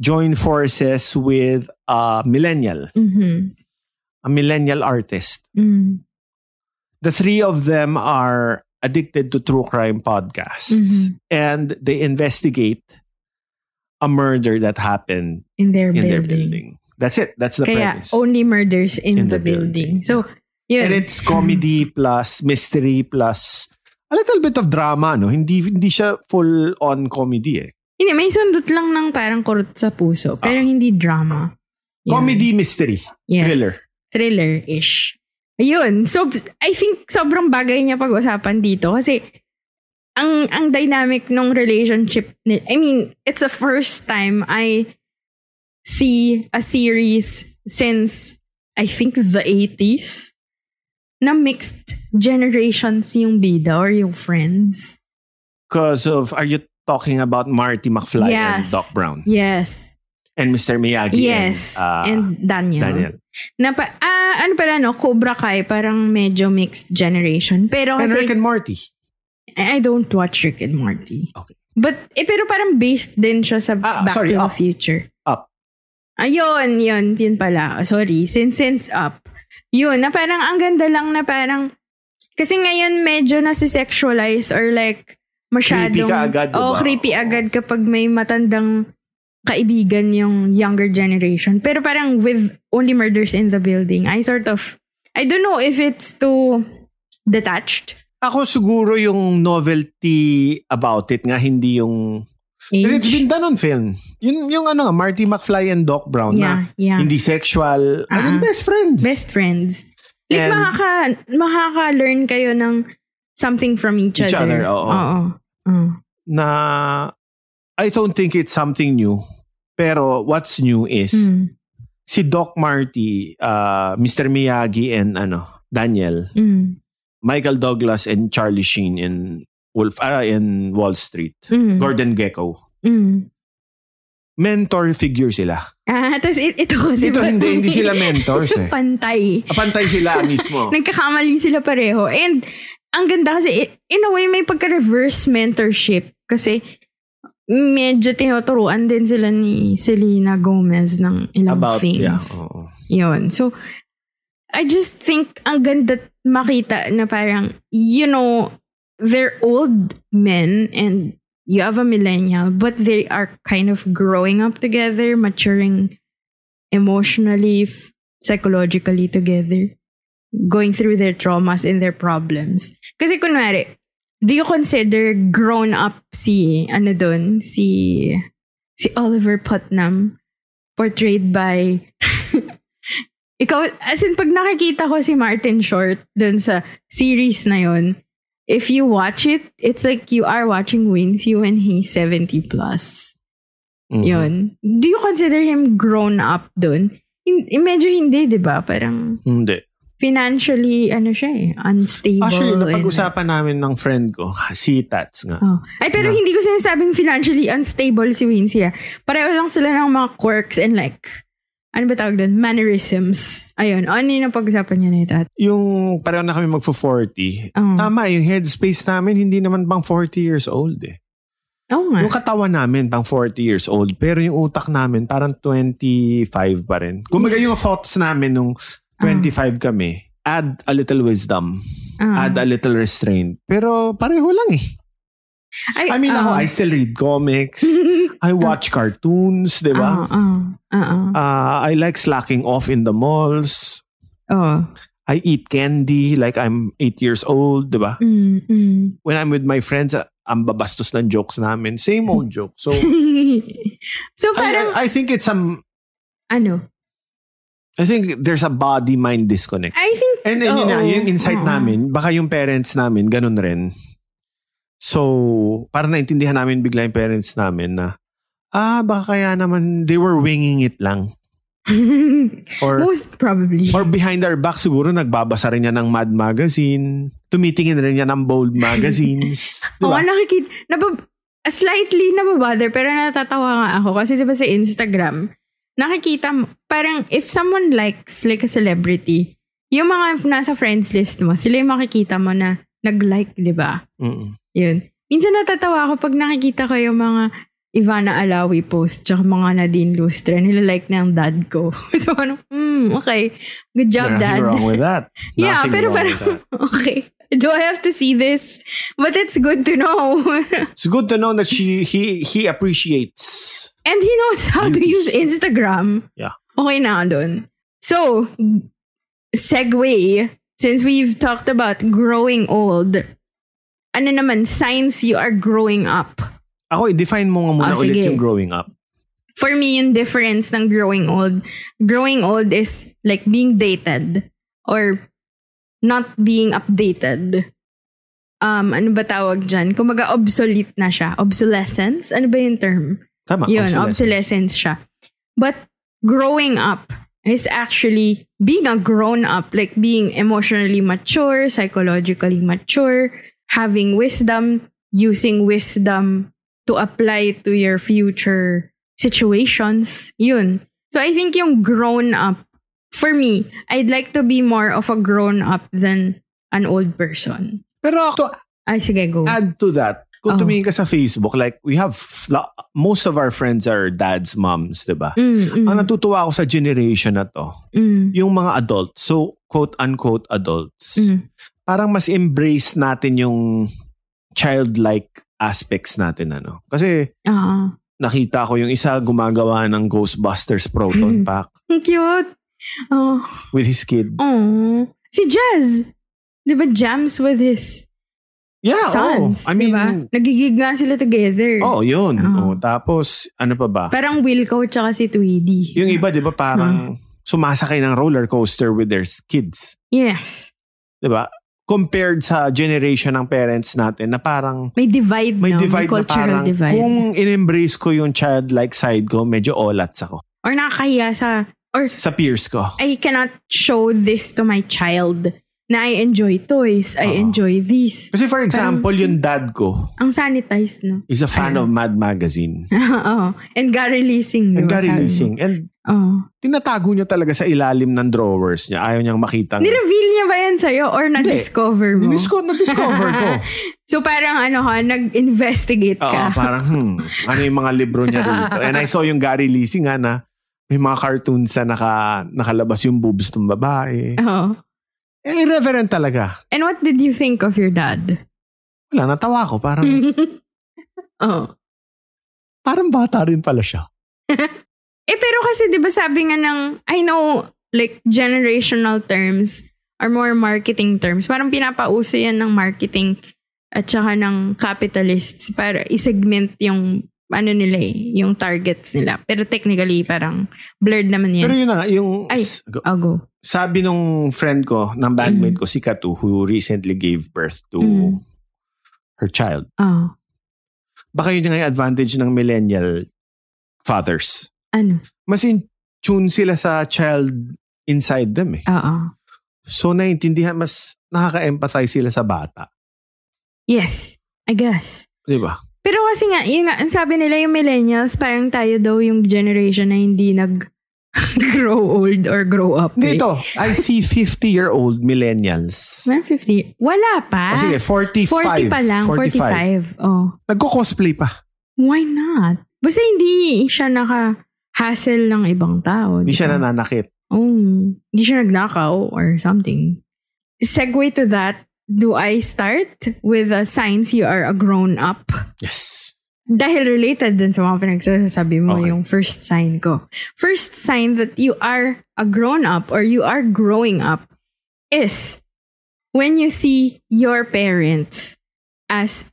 Speaker 4: join forces with a millennial,
Speaker 3: Mhm.
Speaker 4: a millennial artist.
Speaker 3: Mm.
Speaker 4: The three of them are addicted to true crime podcasts
Speaker 3: Mhm.
Speaker 4: and they investigate a murder that happened
Speaker 3: In their
Speaker 4: in
Speaker 3: building.
Speaker 4: their building. That's it. That's the
Speaker 3: Kaya
Speaker 4: premise.
Speaker 3: only murders in,
Speaker 4: In
Speaker 3: the,
Speaker 4: the
Speaker 3: building. So, yun.
Speaker 4: And it's comedy plus mystery plus a little bit of drama, no? Hindi hindi siya full on comedy eh.
Speaker 3: Hindi, may sundot lang ng parang kurot sa puso. Pero hindi drama. Yun.
Speaker 4: Ah. Comedy mystery.
Speaker 3: Yes.
Speaker 4: Thriller.
Speaker 3: Thriller-ish. Ayun. So, I think sobrang bagay niya pag-usapan dito kasi ang ang dynamic ng relationship ni I mean, it's the first time I see a series since I think the 80s na mixed generations yung bida or yung friends.
Speaker 4: Because of are you talking about Marty McFly and
Speaker 3: Yes.
Speaker 4: Doc Brown?
Speaker 3: Yes.
Speaker 4: And Mr. Miyagi.
Speaker 3: Yes.
Speaker 4: And, uh,
Speaker 3: And Daniel.
Speaker 4: Daniel.
Speaker 3: Na pa, ah, ano pala no, Cobra Kai, parang medyo mixed generation. Pero
Speaker 4: and
Speaker 3: kasi,
Speaker 4: Rick and Morty.
Speaker 3: I I don't watch Rick and Morty.
Speaker 4: Okay.
Speaker 3: But, eh, pero parang based din siya sa
Speaker 4: Ah,
Speaker 3: Back
Speaker 4: sorry,
Speaker 3: to
Speaker 4: Up.
Speaker 3: the Future.
Speaker 4: Up.
Speaker 3: Ayun, yun, yun pala. Sorry, since, since up. Yun, na parang ang ganda lang na parang, kasi ngayon medyo nasi-sexualize or like, masyadong,
Speaker 4: Creepy ka agad,
Speaker 3: oh,
Speaker 4: diba?
Speaker 3: creepy agad kapag may matandang kaibigan yung younger generation. Pero parang with Only Murders in the Building, I sort of, I don't know if it's too detached.
Speaker 4: Ako siguro yung novelty about it nga hindi yung Kasi it's
Speaker 3: Age.
Speaker 4: been done on film. Yun yung ano nga Marty McFly and Doc Brown na
Speaker 3: Yeah, yeah.
Speaker 4: hindi sexual as in
Speaker 3: Ah.
Speaker 4: best friends.
Speaker 3: Best friends. Like,
Speaker 4: And-
Speaker 3: makaka, makaka-learn kayo ng something from each,
Speaker 4: Each other, oo.
Speaker 3: Oo. Oh. Oo.
Speaker 4: na I don't think it's something new. Pero what's new is
Speaker 3: Mm.
Speaker 4: si Doc Marty, uh, Mr. Miyagi and ano, Daniel,
Speaker 3: Mm.
Speaker 4: Michael Douglas and Charlie Sheen in Wolf ah, in Wall Street,
Speaker 3: Mm.
Speaker 4: Gordon Gecko.
Speaker 3: Mm.
Speaker 4: Mentor figure sila.
Speaker 3: Ah, tapos it- ito kasi.
Speaker 4: Ito, hindi- hindi sila mentors eh.
Speaker 3: Pantay.
Speaker 4: Apantay sila mismo.
Speaker 3: Nagkakamali sila pareho. And ang ganda kasi, i- in a way, may pagka-reverse mentorship. Kasi medyo tinuturuan din sila ni Selena Gomez ng ilang
Speaker 4: About,
Speaker 3: things.
Speaker 4: yeah, oo.
Speaker 3: Yun. So, I just think ang ganda makita na parang, you know, they're old men and you have a millennial, but they are kind of growing up together, maturing emotionally, f- psychologically together, going through their traumas and their problems. Kasi kunwari, do you consider grown up si, ano dun, si, si Oliver Putnam portrayed by ikaw, as in, pag nakikita ko si Martin Short dun sa series na yun, if you watch it, it's like you are watching Wincy when he's 70 plus.
Speaker 4: Mhm.
Speaker 3: Yun. Do you consider him grown up dun? Hin- eh, medyo hindi, di ba? Parang
Speaker 4: Hindi.
Speaker 3: financially, ano siya eh, unstable.
Speaker 4: Actually,
Speaker 3: and-
Speaker 4: napag-usapan namin ng friend ko, si Tats nga.
Speaker 3: Oh. Ay, pero hindi ko sinasabing financially unstable si Wincy ah. Pareho lang sila ng mga quirks and like, ano ba tawag doon? Mannerisms. Ayun. Ano yung napag-usapan niya na ito?
Speaker 4: Yung pareho na kami magfo-40,
Speaker 3: Oo.
Speaker 4: tama, yung headspace namin hindi naman pang 40 years old eh.
Speaker 3: Oo nga.
Speaker 4: Yung katawan namin pang 40 years old, pero yung utak namin parang 25 pa rin. Kumbaga
Speaker 3: Yes.
Speaker 4: yung thoughts namin nung 25 kami, add a little wisdom,
Speaker 3: Ah.
Speaker 4: add a little restraint. Pero pareho lang eh. I mean,
Speaker 3: oh. ah.
Speaker 4: ako, I still read comics. I watch cartoons, di ba?
Speaker 3: Oo. Oo.
Speaker 4: Uh, I like slacking off in the malls.
Speaker 3: Oo.
Speaker 4: I eat candy like I'm eight years old, di ba?
Speaker 3: Mm, mm.
Speaker 4: When I'm with my friends, uh, ang babastos ng jokes namin. Same old joke. So,
Speaker 3: so parang,
Speaker 4: I, I think it's some,
Speaker 3: ano?
Speaker 4: I think there's a body-mind disconnect.
Speaker 3: I think,
Speaker 4: And then yun na, yung insight
Speaker 3: Oo. Mm-hmm.
Speaker 4: namin, baka yung parents namin, ganun rin. So, parang naintindihan namin bigla yung parents namin na, ah, baka kaya naman they were winging it lang. Or,
Speaker 3: Most probably.
Speaker 4: or behind our back, siguro nagbabasa rin niya ng Mad Magazine. Tumitingin rin niya ng Bold Magazines. Di
Speaker 3: Oo,
Speaker 4: ba?
Speaker 3: nakikita. Nabab- slightly nababother, pero natatawa nga ako. Kasi diba sa Instagram, nakikita mo, parang if someone likes like a celebrity, yung mga nasa friends list mo, sila yung makikita mo na nag-like, diba? di ba?
Speaker 4: Mm-mm.
Speaker 3: Yun. Minsan natatawa ako pag nakikita ko yung mga Ivana Alawi post tsaka mga Nadine Lustre. Nilalike na ang dad ko. so, ano, mm, okay. Good job,
Speaker 4: Nothing
Speaker 3: dad.
Speaker 4: wrong with that.
Speaker 3: yeah,
Speaker 4: Nothing
Speaker 3: pero
Speaker 4: wrong
Speaker 3: parang,
Speaker 4: with that.
Speaker 3: okay. Do I have to see this? But it's good to know.
Speaker 4: It's good to know that she, he, he appreciates.
Speaker 3: And he knows how to use Instagram.
Speaker 4: Yeah.
Speaker 3: Okay na ako dun. So, segue, since we've talked about growing old, ano naman, signs you are growing up.
Speaker 4: Ako, define mo nga muna
Speaker 3: Ah,
Speaker 4: ulit
Speaker 3: sige.
Speaker 4: yung growing up.
Speaker 3: for me yung difference ng growing old growing old is like being dated or not being updated um ano ba tawag dyan kumaga obsolete na siya obsolescence ano ba yung term
Speaker 4: Tama,
Speaker 3: yun
Speaker 4: obsolescence.
Speaker 3: obsolescence siya but growing up is actually being a grown up like being emotionally mature psychologically mature having wisdom using wisdom to apply to your future situations. Yun. So I think yung grown up, for me, I'd like to be more of a grown up than an old person.
Speaker 4: Pero to
Speaker 3: Ay, sige, go.
Speaker 4: add to that, kung
Speaker 3: Oh.
Speaker 4: tumingin ka sa Facebook, like we have, fla- most of our friends are dads, moms, di ba?
Speaker 3: Mm, mm,
Speaker 4: Ang natutuwa ako sa generation na to,
Speaker 3: mm,
Speaker 4: yung mga adults, so quote-unquote adults,
Speaker 3: mm.
Speaker 4: parang mas embrace natin yung childlike aspects natin. ano Kasi
Speaker 3: Ah,
Speaker 4: nakita ko yung isa gumagawa ng Ghostbusters
Speaker 3: Mm-hmm.
Speaker 4: proton pack
Speaker 3: ang cute. Oh,
Speaker 4: with his kid.
Speaker 3: oh. Si Jazz. Di ba jams with his
Speaker 4: Yeah, oh.
Speaker 3: sons?
Speaker 4: I mean,
Speaker 3: diba? Nagigig nga sila together.
Speaker 4: oh, yun. Oh,
Speaker 3: Oo.
Speaker 4: tapos, ano pa ba?
Speaker 3: Parang Wilco tsaka si Tweedy.
Speaker 4: Yung iba, di ba, parang
Speaker 3: Hmm.
Speaker 4: sumasakay ng roller coaster with their kids.
Speaker 3: Yes.
Speaker 4: Di ba? Compared sa generation ng parents natin na parang
Speaker 3: May divide
Speaker 4: may
Speaker 3: no?
Speaker 4: divide na
Speaker 3: cultural
Speaker 4: parang
Speaker 3: divide.
Speaker 4: kung in-embrace ko yung childlike side ko, medyo olats ako.
Speaker 3: or nakakahiya sa Or
Speaker 4: sa peers ko.
Speaker 3: I cannot show this to my child na I enjoy toys, I enjoy these.
Speaker 4: Kasi for example,
Speaker 3: Parang,
Speaker 4: yung dad ko
Speaker 3: Ang sanitized, no?
Speaker 4: is a fan of Mad Magazine.
Speaker 3: Oo. And got releasing.
Speaker 4: And
Speaker 3: diba,
Speaker 4: Gary
Speaker 3: sabi mo?
Speaker 4: Lusing. And
Speaker 3: Oo.
Speaker 4: tinatago niya talaga sa ilalim ng drawers niya. Ayaw niyang makita.
Speaker 3: Nireveal niya ba yan sa'yo or na-discover mo?
Speaker 4: Ninisco- na-discover ko.
Speaker 3: so parang ano ha, nag-investigate
Speaker 4: Oo,
Speaker 3: ka.
Speaker 4: parang, hmm, ano yung mga libro niya dito? And I saw yung Gary Lusing nga na may mga cartoons na naka, nakalabas yung boobs ng babae.
Speaker 3: Oo.
Speaker 4: Eh, irreverent talaga.
Speaker 3: And what did you think of your dad?
Speaker 4: Wala, natawa ko. Parang,
Speaker 3: Mm-hmm. Oo.
Speaker 4: parang bata rin pala siya.
Speaker 3: Eh pero kasi 'di ba sabi nga ng I know like generational terms are more marketing terms. Parang pinapauso 'yan ng marketing at saka ng capitalists para i-segment yung ano nila eh, yung targets nila. Pero technically parang blurred naman 'yan.
Speaker 4: Pero yun na nga, yung
Speaker 3: Ay, oh.
Speaker 4: s- go-
Speaker 3: I'll go.
Speaker 4: sabi nung friend ko, ng bandmate
Speaker 3: Mm-hmm.
Speaker 4: ko, si Katu, who recently gave birth to
Speaker 3: Mm.
Speaker 4: her child.
Speaker 3: Oh,
Speaker 4: Baka yun yung nga yung advantage ng millennial fathers.
Speaker 3: ano?
Speaker 4: Mas in tune sila sa child inside them eh.
Speaker 3: Oo.
Speaker 4: So naiintindihan, mas nakaka-empathize sila sa bata.
Speaker 3: Yes, I guess.
Speaker 4: Di ba?
Speaker 3: Pero kasi nga, yun nga, ang sabi nila yung millennials, parang tayo daw yung generation na hindi nag grow old or grow up. eh.
Speaker 4: Dito, I see 50-year-old millennials.
Speaker 3: Meron 50. Wala
Speaker 4: O
Speaker 3: pa.
Speaker 4: Oh, sige, 45.
Speaker 3: 40 pa lang. 45. Oh.
Speaker 4: Nagko-cosplay pa.
Speaker 3: Why not? Basta hindi siya naka-hassle ng ibang tao.
Speaker 4: Hindi
Speaker 3: di
Speaker 4: siya
Speaker 3: ba?
Speaker 4: nananakit.
Speaker 3: Oh, hindi siya nagnakaw or something. Segue to that, do I start with the signs you are a grown-up?
Speaker 4: Yes.
Speaker 3: Dahil related din sa mga pinagsasabi mo
Speaker 4: Okay.
Speaker 3: yung first sign ko. First sign that you are a grown-up or you are growing up is when you see your parents as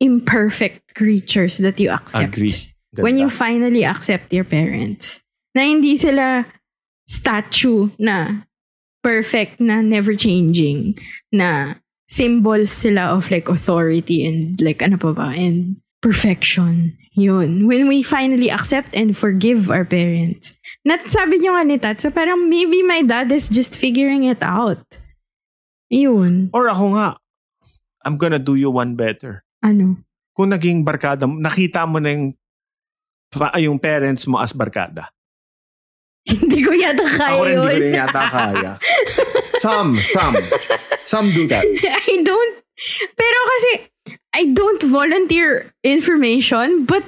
Speaker 3: imperfect creatures that you accept.
Speaker 4: Agree. Ganda.
Speaker 3: When you finally accept your parents. Na hindi sila statue na perfect na never changing na symbols sila of like authority and like ano pa ba and perfection yun when we finally accept and forgive our parents Nat sabi niyo nga ni Tat, so parang maybe my dad is just figuring it out yun
Speaker 4: Or ako nga, I'm gonna do you one better.
Speaker 3: ano
Speaker 4: Kung naging barkada, mo, nakita mo na yung, pa- ah, yung parents mo as barkada.
Speaker 3: hindi ko yata kaya
Speaker 4: Ako rin hindi ko
Speaker 3: yun.
Speaker 4: rin yata kaya. some, some. Some do that.
Speaker 3: I don't pero kasi I don't volunteer information but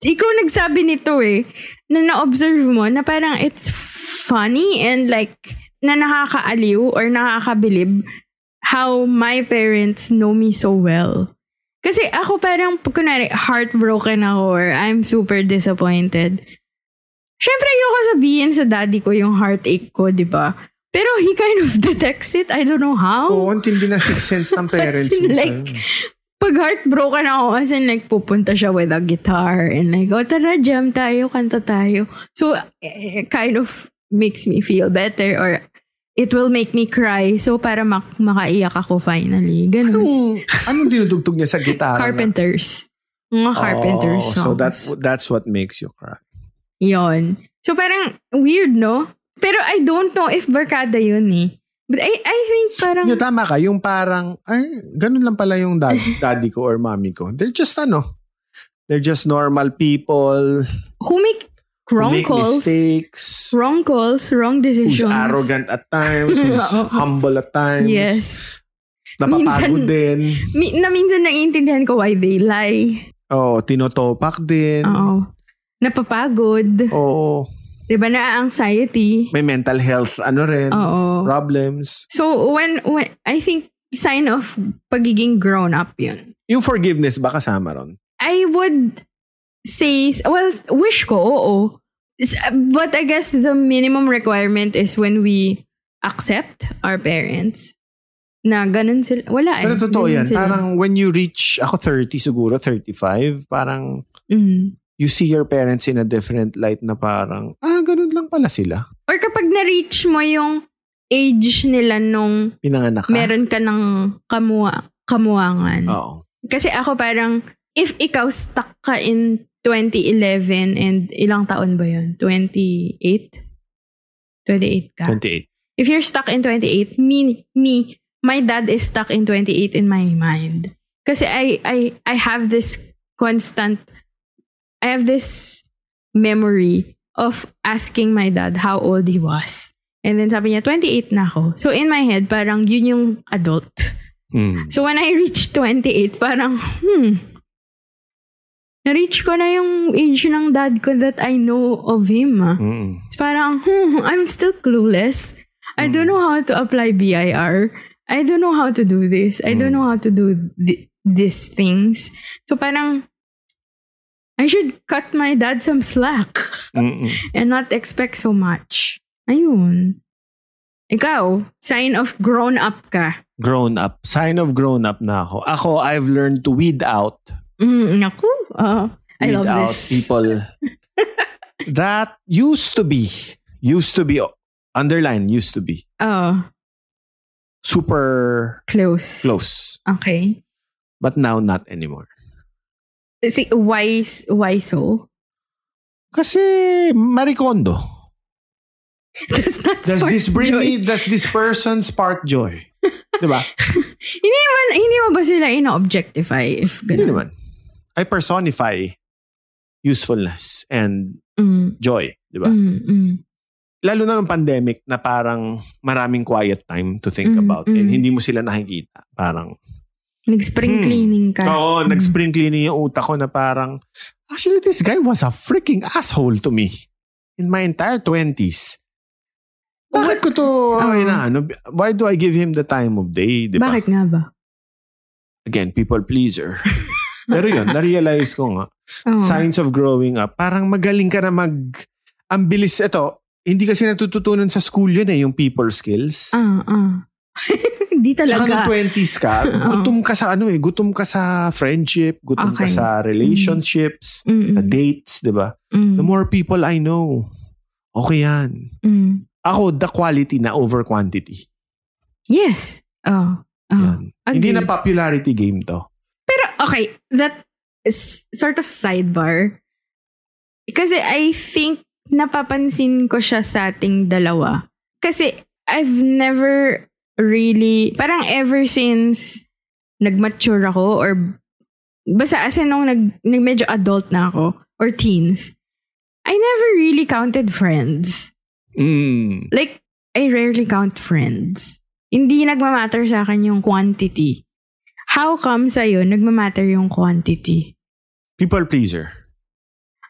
Speaker 3: ikaw nagsabi nito eh na na-observe mo na parang it's funny and like na nakakaaliw or nakakabilib how my parents know me so well. Kasi ako parang, pag kunwari, heartbroken ako or I'm super disappointed. Siyempre, ayoko sabihin sa daddy ko yung heartache ko, di ba? Pero he kind of detects it. I don't know how.
Speaker 4: Oo, ang tindi na sixth sense ng parents
Speaker 3: As
Speaker 4: mo.
Speaker 3: in, Oh. like, pag heartbroken ako, as in like, pupunta siya with a guitar and like, oh, tara, jam tayo, kanta tayo. So, eh, kind of makes me feel better or it will make me cry. So, para mak makaiyak ako finally. Ganun.
Speaker 4: anong, anong dinudugtog niya sa gitara?
Speaker 3: Carpenters. Mga carpenters
Speaker 4: Oh,
Speaker 3: songs.
Speaker 4: So that's, that's what makes you cry.
Speaker 3: Yon. So parang weird, no? Pero I don't know if barkada yun eh. But I, I think parang...
Speaker 4: Yeah, tama ka. Yung parang, ay, ganun lang pala yung dad, daddy ko or mommy ko. They're just ano, they're just normal people
Speaker 3: Who make
Speaker 4: who
Speaker 3: wrong
Speaker 4: make
Speaker 3: calls?
Speaker 4: mistakes,
Speaker 3: Wrong calls, wrong
Speaker 4: who's
Speaker 3: decisions.
Speaker 4: arrogant at times, who's
Speaker 3: Oo.
Speaker 4: humble at times,
Speaker 3: Yes.
Speaker 4: napapagod
Speaker 3: Minsan-
Speaker 4: din,
Speaker 3: Mi- na minsan naiintindihan ko why they lie.
Speaker 4: oh, tinotopak din,
Speaker 3: Oo. Napapagod.
Speaker 4: oo,
Speaker 3: Diba? Na-anxiety.
Speaker 4: may mental health ano rin,
Speaker 3: Oo.
Speaker 4: problems.
Speaker 3: So, when, when, I think, sign of pagiging grown-up yun.
Speaker 4: Yung forgiveness ba kasama ron?
Speaker 3: I would say, well, wish ko, oo. S- But I guess the minimum requirement is when we accept our parents na ganun sila. Wala eh.
Speaker 4: Pero totoo
Speaker 3: Ganun
Speaker 4: yan,
Speaker 3: sila.
Speaker 4: parang when you reach, ako 30 siguro, 35, parang
Speaker 3: Mm.
Speaker 4: you see your parents in a different light na parang, ah, ganun lang pala sila.
Speaker 3: Or kapag na-reach mo yung age nila nung
Speaker 4: Pinanganak ka.
Speaker 3: meron ka ng kamuwa, kamuwangan.
Speaker 4: Oo.
Speaker 3: Kasi ako parang, if ikaw stuck ka in 2011 and ilang taon ba yun? 28? 28 ka.
Speaker 4: 28.
Speaker 3: If you're stuck in 28, me, me, my dad is stuck in 28 in my mind. Kasi I, I, I have this constant, I have this memory of asking my dad how old he was. And then sabi niya, 28 na ako. So in my head, parang yun yung adult.
Speaker 4: Mm.
Speaker 3: So when I reached 28, parang, hmm, na-reach ko na yung age ng dad ko that I know of him. ah.
Speaker 4: Mm.
Speaker 3: It's parang, hmm, I'm still clueless. I
Speaker 4: Mm.
Speaker 3: don't know how to apply BIR. I don't know how to do this. I
Speaker 4: Mm.
Speaker 3: don't know how to do thi- these things. So parang, I should cut my dad some slack
Speaker 4: Mm-mm.
Speaker 3: and not expect so much. Ayun. Ikaw, sign of grown up ka.
Speaker 4: Grown up. Sign of grown up na ako. Ako, I've learned to weed out.
Speaker 3: Mm, naku. ah, I
Speaker 4: Weed
Speaker 3: love
Speaker 4: out
Speaker 3: this.
Speaker 4: people that used to be, used to be, underline, used to be,
Speaker 3: Oh,
Speaker 4: super
Speaker 3: close.
Speaker 4: close.
Speaker 3: Okay.
Speaker 4: But now, not anymore.
Speaker 3: See, why, why so?
Speaker 4: Kasi Maricondo.
Speaker 3: Does that
Speaker 4: Does
Speaker 3: spark
Speaker 4: this bring
Speaker 3: joy?
Speaker 4: me, does this person spark joy? diba?
Speaker 3: Hindi mo, hindi mo ba sila ina-objectify if
Speaker 4: Hindi
Speaker 3: ganun?
Speaker 4: naman. I personify usefulness and
Speaker 3: Mm,
Speaker 4: joy. Diba?
Speaker 3: mm, mm,
Speaker 4: lalo na nung pandemic na parang maraming quiet time to think
Speaker 3: Mm,
Speaker 4: about
Speaker 3: mm.
Speaker 4: and hindi mo sila nakikita. Parang,
Speaker 3: Nag-spring
Speaker 4: Hmm.
Speaker 3: cleaning ka.
Speaker 4: oo,
Speaker 3: Mm.
Speaker 4: nag-spring cleaning yung utak ko na parang, actually this guy was a freaking asshole to me in my entire 20s. Bakit ko to,
Speaker 3: Oo.
Speaker 4: inaano? why do I give him the time of day? Diba?
Speaker 3: Ah. Mm. Bakit nga ba?
Speaker 4: Again, people pleaser. Pero yun, na-realize ko nga,
Speaker 3: Oo.
Speaker 4: signs of growing up, parang magaling ka na mag, ang bilis, ito, hindi kasi natututunan sa school yun eh, yung people skills.
Speaker 3: Ah, ah. Hindi
Speaker 4: Saka
Speaker 3: talaga.
Speaker 4: nung 20s ka,
Speaker 3: Oo.
Speaker 4: gutom ka sa ano eh, gutom ka sa friendship, gutom ka
Speaker 3: Okay.
Speaker 4: sa relationships,
Speaker 3: Mm,
Speaker 4: sa
Speaker 3: mm,
Speaker 4: dates, di ba?
Speaker 3: mm,
Speaker 4: The more people I know, okay yan.
Speaker 3: mm.
Speaker 4: Ako, the quality na over quantity.
Speaker 3: Yes. Oh. oh.
Speaker 4: Yan. Hindi
Speaker 3: Agree.
Speaker 4: na popularity game to.
Speaker 3: Pero okay, that is sort of sidebar. Kasi I think napapansin ko siya sa ating dalawa. Kasi I've never really, parang ever since nag-mature ako or basta as in nung nag, nag medyo adult na ako or teens, I never really counted friends.
Speaker 4: Mm.
Speaker 3: Like, I rarely count friends. Hindi nagmamatter sa akin yung quantity. How come sa'yo nagmamatter yung quantity?
Speaker 4: People pleaser.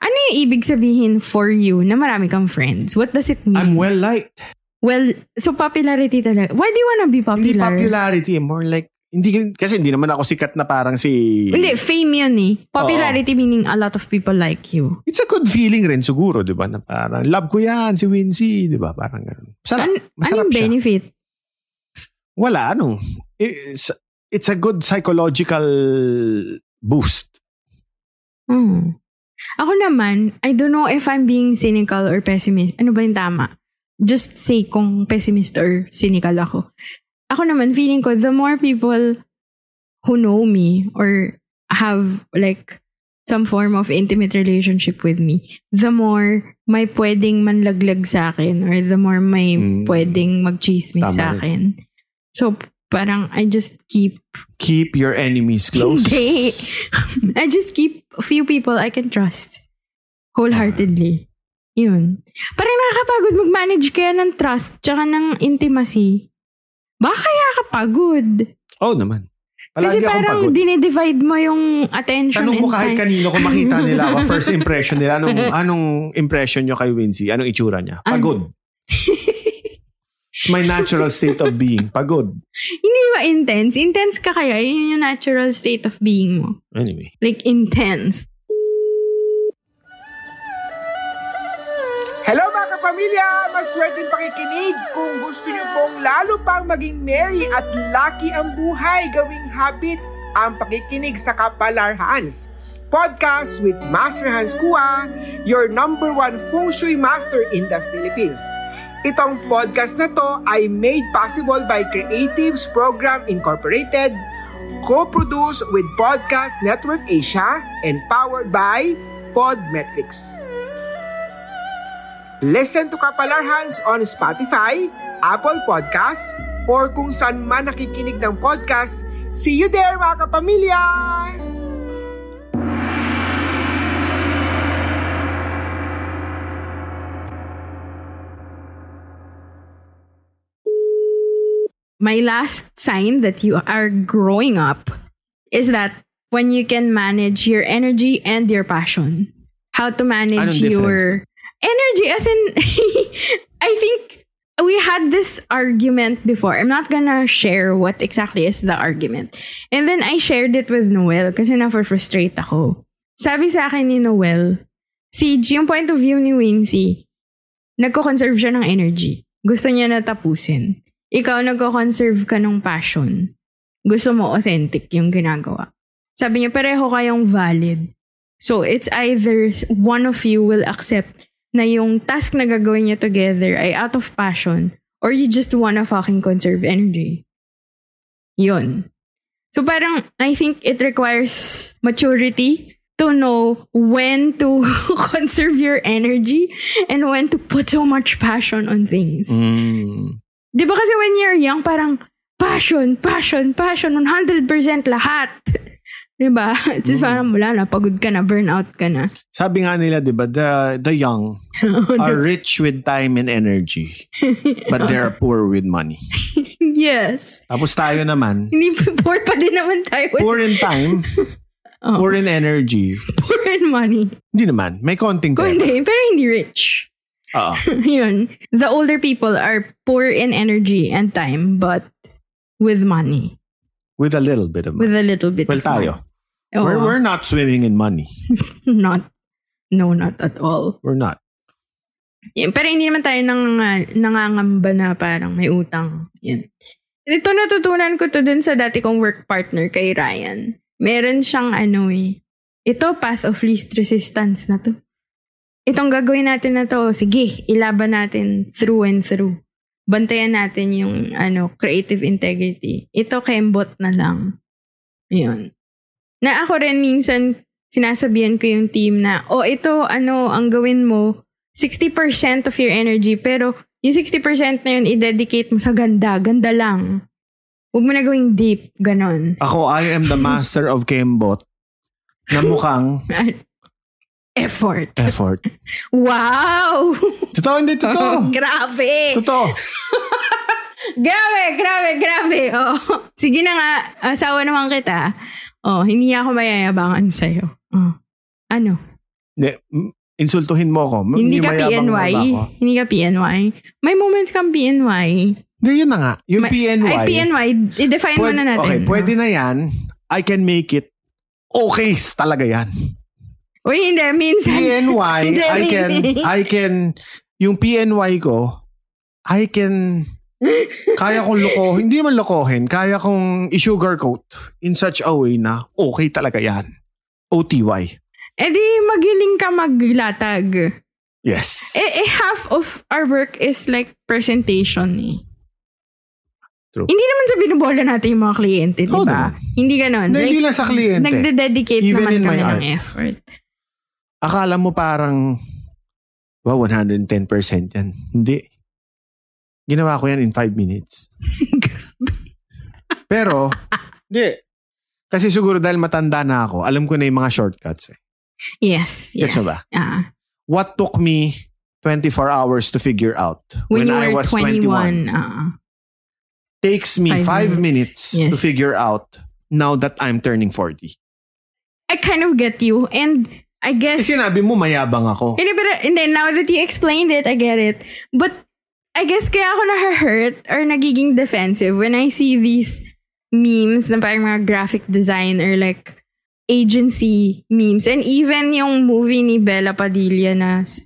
Speaker 3: Ano yung ibig sabihin for you na marami kang friends? What does it mean?
Speaker 4: I'm well liked.
Speaker 3: well, so popularity talaga. Why do you wanna be
Speaker 4: Hindi
Speaker 3: popular?
Speaker 4: popularity, eh, more like, hindi, kasi hindi naman ako sikat na parang si...
Speaker 3: Hindi, fame yun eh. Popularity meaning a lot of people like you.
Speaker 4: It's a good feeling rin siguro, di ba? Na parang, love ko yan, si Wincy, di ba? Parang ganun. Masarap.
Speaker 3: An-
Speaker 4: masarap
Speaker 3: anong
Speaker 4: siya.
Speaker 3: benefit?
Speaker 4: Wala, ano. It's, it's a good psychological boost.
Speaker 3: Hmm. Ako naman, I don't know if I'm being cynical or pessimist. Ano ba yung tama? Just say kung pessimist or cynical ako. Ako naman, feeling ko, the more people who know me or have like some form of intimate relationship with me, the more may pwedeng manlaglag sa akin or the more may
Speaker 4: Mm.
Speaker 3: pwedeng magchismis
Speaker 4: Tama
Speaker 3: sa
Speaker 4: rin.
Speaker 3: akin. So, parang I just keep
Speaker 4: Keep your enemies close.
Speaker 3: Hindi. I just keep few people I can trust. Wholeheartedly. Yun. Parang nakakapagod mag-manage kaya ng trust tsaka ng intimacy. Baka kaya kapagod?
Speaker 4: Oh, naman. Palagi akong
Speaker 3: Kasi parang
Speaker 4: pagod.
Speaker 3: dinidivide mo yung attention
Speaker 4: Tanong
Speaker 3: and
Speaker 4: mo kahit
Speaker 3: time.
Speaker 4: kanino kung makita nila ako, first impression nila, anong, anong impression nyo kay Wincy? Anong itsura niya?
Speaker 3: Ano?
Speaker 4: Pagod. It's my natural state of being. Pagod.
Speaker 3: Hindi ba intense? Intense ka kaya? Yun yung natural state of being mo.
Speaker 4: Anyway.
Speaker 3: Like, intense.
Speaker 9: Hello mga kapamilya! Maswerte pakikinig! Kung gusto niyo pong lalo pang maging merry at lucky ang buhay, gawing habit ang pakikinig sa Kapalar Hans. Podcast with Master Hans Kua, your number one feng shui master in the Philippines. Itong podcast na to ay made possible by Creatives Program Incorporated, co-produced with Podcast Network Asia, and powered by Podmetrics. Listen to Kapalar Hands on Spotify, Apple Podcasts, or kung saan man nakikinig ng podcast. See you there mga kapamilya!
Speaker 3: my last sign that you are growing up is that when you can manage your energy and your passion. How to manage
Speaker 10: Anong
Speaker 3: your energy as in I think we had this argument before. I'm not gonna share what exactly is the argument. And then I shared it with Noel kasi na-frustrate ako. Sabi sa akin ni Noel, si G, yung point of view ni Wincy, nagko-conserve siya ng energy. Gusto niya na tapusin. Ikaw nagko-conserve ka ng passion. Gusto mo authentic yung ginagawa. Sabi niya, pareho kayong valid. So, it's either one of you will accept na yung task na gagawin niya together ay out of passion or you just wanna fucking conserve energy. Yun. So parang, I think it requires maturity to know when to conserve your energy and when to put so much passion on things.
Speaker 4: Mm.
Speaker 3: Di ba kasi when you're young, parang passion, passion, passion, 100% lahat. Di ba?
Speaker 4: Mm.
Speaker 3: It's just parang wala na, pagod ka na, burnout ka na.
Speaker 4: Sabi nga nila, di ba, the, the young are rich with time and energy, but they're poor with money.
Speaker 3: yes.
Speaker 4: Tapos tayo naman,
Speaker 3: Hindi, poor pa din naman tayo. Oh,
Speaker 4: Poor in time. poor in energy.
Speaker 3: Poor in money.
Speaker 4: Hindi naman, may konting pera.
Speaker 3: Kundi, pero hindi rich.
Speaker 4: Oo.
Speaker 3: Yun. The older people are poor in energy and time, but with money.
Speaker 4: With a little bit of money.
Speaker 3: With a little bit
Speaker 4: Well,
Speaker 3: of money. Oh,
Speaker 4: tayo. We're, we're not swimming in money.
Speaker 3: not. No, not at all.
Speaker 4: We're not.
Speaker 3: Yeah, pero hindi naman tayo nang, ah, nangangamba na parang may utang. Yan. Ito natutunan ko to dun sa dati kong work partner kay Ryan. Meron siyang ano eh. Ito, path of least resistance na to. Itong gagawin natin na to, oh, sige, ilaban natin through and through. Bantayan natin yung ano creative integrity. Ito, kembot na lang. Yun. Na ako rin minsan sinasabihan ko yung team na, oh, ito, ano, ang gawin mo, 60% of your energy, pero yung 60% na yun, i-dedicate mo sa ganda, ganda lang. Huwag mo na gawing deep, ganon.
Speaker 4: Ako, I am the master of Kembot na mukhang
Speaker 3: Effort.
Speaker 4: effort.
Speaker 3: Wow!
Speaker 4: Totoo, hindi,
Speaker 3: Oh,
Speaker 4: totoo.
Speaker 3: grabe!
Speaker 4: Totoo.
Speaker 3: grabe, grabe, grabe. Oh. Sige na nga, asawa naman kita. Oh, hindi ako mayayabangan sa'yo. Oh. Ano?
Speaker 4: Ne, m- insultuhin mo ako. M-
Speaker 3: Hindi ka
Speaker 4: mayabang mo ba
Speaker 3: PNY.
Speaker 4: ako?
Speaker 3: Hindi ka PNY. May moments kang PNY.
Speaker 4: Hindi, yun na nga. Yung
Speaker 3: May-
Speaker 4: PNY.
Speaker 3: Ay, PNY. I-define
Speaker 4: Pwed-
Speaker 3: muna natin.
Speaker 4: Okay, pwede na yan. I can make it. Okay talaga yan.
Speaker 3: Uy, hindi. Minsan.
Speaker 4: PNY,
Speaker 3: Hindi,
Speaker 4: I can,
Speaker 3: hindi.
Speaker 4: I can, yung PNY ko, I can, kaya kong loko, hindi man lokohin, kaya kong i-sugarcoat in such a way na okay talaga yan. OTY.
Speaker 3: Eh di, magiling ka maglatag.
Speaker 4: Yes.
Speaker 3: Eh, eh, half of our work is like presentation eh.
Speaker 4: True.
Speaker 3: Hindi naman sa binubola natin yung mga kliyente, di ba? Hindi ganon.
Speaker 4: Hindi, hindi lang sa kliyente.
Speaker 3: Nagde-dedicate
Speaker 4: Even
Speaker 3: naman
Speaker 4: in my
Speaker 3: kami ng
Speaker 4: art.
Speaker 3: effort.
Speaker 4: Akala mo parang, wow, 110% yan. Hindi. Ginawa ko yan in 5 minutes. Pero, hindi. Kasi siguro dahil matanda na ako, alam ko na yung mga shortcuts eh.
Speaker 3: Yes, yes.
Speaker 4: Gets mo ba?
Speaker 3: Ah.
Speaker 4: What took me 24 hours to figure out
Speaker 3: When, you
Speaker 4: I
Speaker 3: were
Speaker 4: was 21,
Speaker 3: 21, ah.
Speaker 4: takes me
Speaker 3: Five
Speaker 4: 5 minutes,
Speaker 3: minutes.
Speaker 4: to
Speaker 3: Yes.
Speaker 4: figure out now that I'm turning 40.
Speaker 3: I kind of get you. And I guess...
Speaker 4: Kasi Eh, sinabi mo mayabang ako.
Speaker 3: Hindi, pero, hindi, now that you explained it, I get it. But, I guess kaya ako na-hurt or nagiging defensive when I see these memes na parang mga graphic design or like agency memes. And even yung movie ni Bella Padilla na S-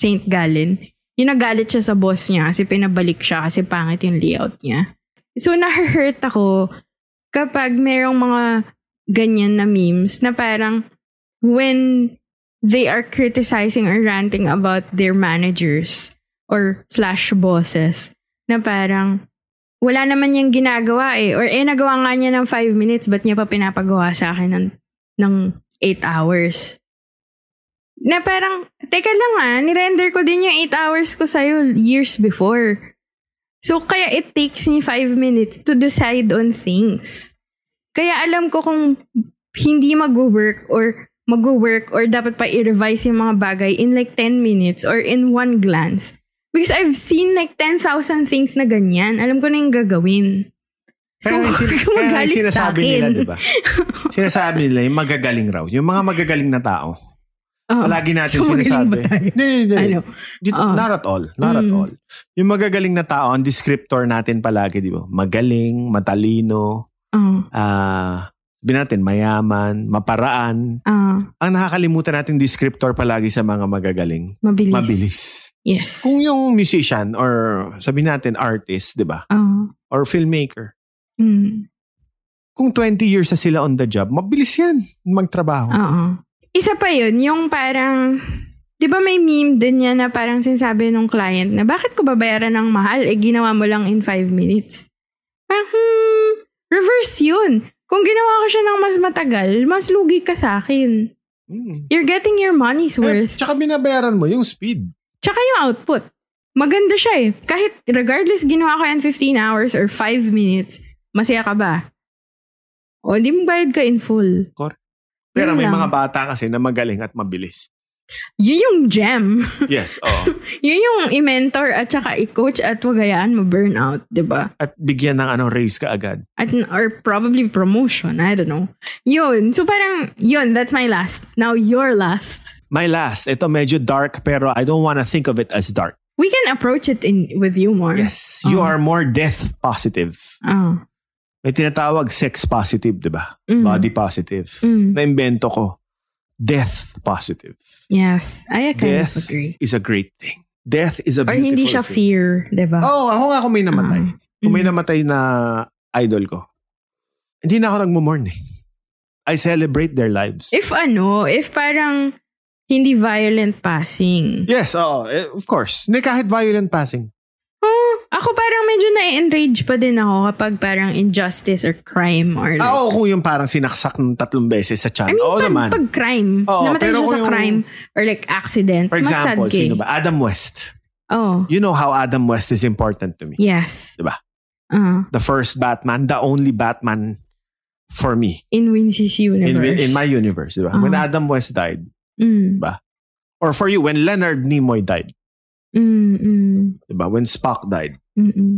Speaker 3: Saint Gallen, yung nagalit siya sa boss niya kasi pinabalik siya kasi pangit yung layout niya. So, na-hurt ako kapag merong mga ganyan na memes na parang when they are criticizing or ranting about their managers or slash bosses na parang wala naman niyang ginagawa eh. Or eh, nagawa nga niya ng 5 minutes, ba't niya pa pinapagawa sa akin ng, ng 8 hours? na parang, teka lang ah, nirender ko din yung 8 hours ko sa'yo years before. So, kaya it takes me 5 minutes to decide on things. Kaya alam ko kung hindi mag-work or mag-work or dapat pa i-revise yung mga bagay in like 10 minutes or in one glance. Because I've seen like 10,000 things na ganyan. Alam ko na yung gagawin. So,
Speaker 4: Kaya nga sin- kaya
Speaker 3: huwag
Speaker 4: nga
Speaker 3: magalit sa
Speaker 4: sinasabi
Speaker 3: akin.
Speaker 4: nila, di ba? Sinasabi nila yung magagaling raw. Yung mga magagaling na tao.
Speaker 3: Oo.
Speaker 4: Palagi natin
Speaker 3: So, magaling
Speaker 4: sinasabi.
Speaker 3: ba tayo?
Speaker 4: Hindi, hindi, hindi.
Speaker 3: Ano?
Speaker 4: Di-
Speaker 3: Oo.
Speaker 4: Not at all. Not at
Speaker 3: Mm.
Speaker 4: all. Yung magagaling na tao, ang descriptor natin palagi, di ba? Magaling, matalino,
Speaker 3: Oo.
Speaker 4: ah sabi natin, mayaman, maparaan.
Speaker 3: Ah,
Speaker 4: Ang nakakalimutan nating descriptor palagi sa mga magagaling.
Speaker 3: mabilis.
Speaker 4: Mabilis.
Speaker 3: Yes.
Speaker 4: Kung yung musician or sabi natin artist, di ba?
Speaker 3: Oo.
Speaker 4: Or filmmaker.
Speaker 3: Mm.
Speaker 4: Kung 20 years na sila on the job, mabilis yan magtrabaho.
Speaker 3: Oo. Isa pa yun, yung parang, di ba may meme din yan na parang sinasabi nung client na bakit ko babayaran ng mahal eh ginawa mo lang in 5 minutes? Parang, hmm, reverse yun. Kung ginawa ko siya ng mas matagal, mas lugi ka sa akin. You're getting your money's Ah. worth.
Speaker 4: Mm. tsaka binabayaran mo yung speed.
Speaker 3: Tsaka yung output. Maganda siya eh. Kahit regardless ginawa ko yan 15 hours or 5 minutes, masaya ka ba? O, di mo bayad ka in full.
Speaker 4: Correct. Pero
Speaker 3: Yun
Speaker 4: may
Speaker 3: lang.
Speaker 4: mga bata kasi na magaling at mabilis.
Speaker 3: Yun yung gem.
Speaker 4: Yes, oo.
Speaker 3: Yun yung i-mentor at saka i-coach at wag hayaan mo burnout, di ba?
Speaker 4: at bigyan ng ano raise ka agad.
Speaker 3: At, or probably promotion, I don't know. Yun. So parang, yun, that's my last. Now your last.
Speaker 4: My last, ito medyo dark pero I don't wanna think of it as dark.
Speaker 3: We can approach it in with you more.
Speaker 4: Yes, you are more death positive.
Speaker 3: Oh.
Speaker 4: May tinatawag sex positive, di ba?
Speaker 3: Mm.
Speaker 4: Body positive.
Speaker 3: Mm.
Speaker 4: Naimbento ko. Death positive.
Speaker 3: Yes. I kind
Speaker 4: Death
Speaker 3: of agree.
Speaker 4: is a great thing. Death is a
Speaker 3: Or
Speaker 4: beautiful
Speaker 3: hindi siya
Speaker 4: thing.
Speaker 3: fear, Ah. Mm. di ba?
Speaker 4: Oo, oh, ako nga kung may namatay. Kung may namatay na idol ko, hindi na ako nagmo-mourn eh. I celebrate their lives.
Speaker 3: If ano, if parang hindi violent passing.
Speaker 4: Yes, oo. eh, Of course. Hindi kahit violent passing.
Speaker 3: Oh, ako parang medyo na-enrage pa din ako kapag parang injustice or crime or like,
Speaker 4: Ah, oo, kung yung parang sinaksak ng tatlong beses sa
Speaker 3: I
Speaker 4: chan.
Speaker 3: mean,
Speaker 4: oo
Speaker 3: pag,
Speaker 4: naman.
Speaker 3: pag crime,
Speaker 4: Oo,
Speaker 3: namatay
Speaker 4: pero
Speaker 3: siya sa
Speaker 4: kung yung-
Speaker 3: crime or like accident,
Speaker 4: For
Speaker 3: mas sad
Speaker 4: example,
Speaker 3: ka eh.
Speaker 4: sino ba? Adam West.
Speaker 3: Oh,
Speaker 4: You know how Adam West is important to me.
Speaker 3: yes.
Speaker 4: Diba?
Speaker 3: Uh,
Speaker 4: The first Batman, the only Batman for me.
Speaker 3: in Wincy's universe.
Speaker 4: In, in my universe, diba? When
Speaker 3: Ah.
Speaker 4: Adam West died,
Speaker 3: Mm,
Speaker 4: diba? Or for you, when Leonard Nimoy died,
Speaker 3: mm, mm,
Speaker 4: diba? When Spock died.
Speaker 3: mm, mm.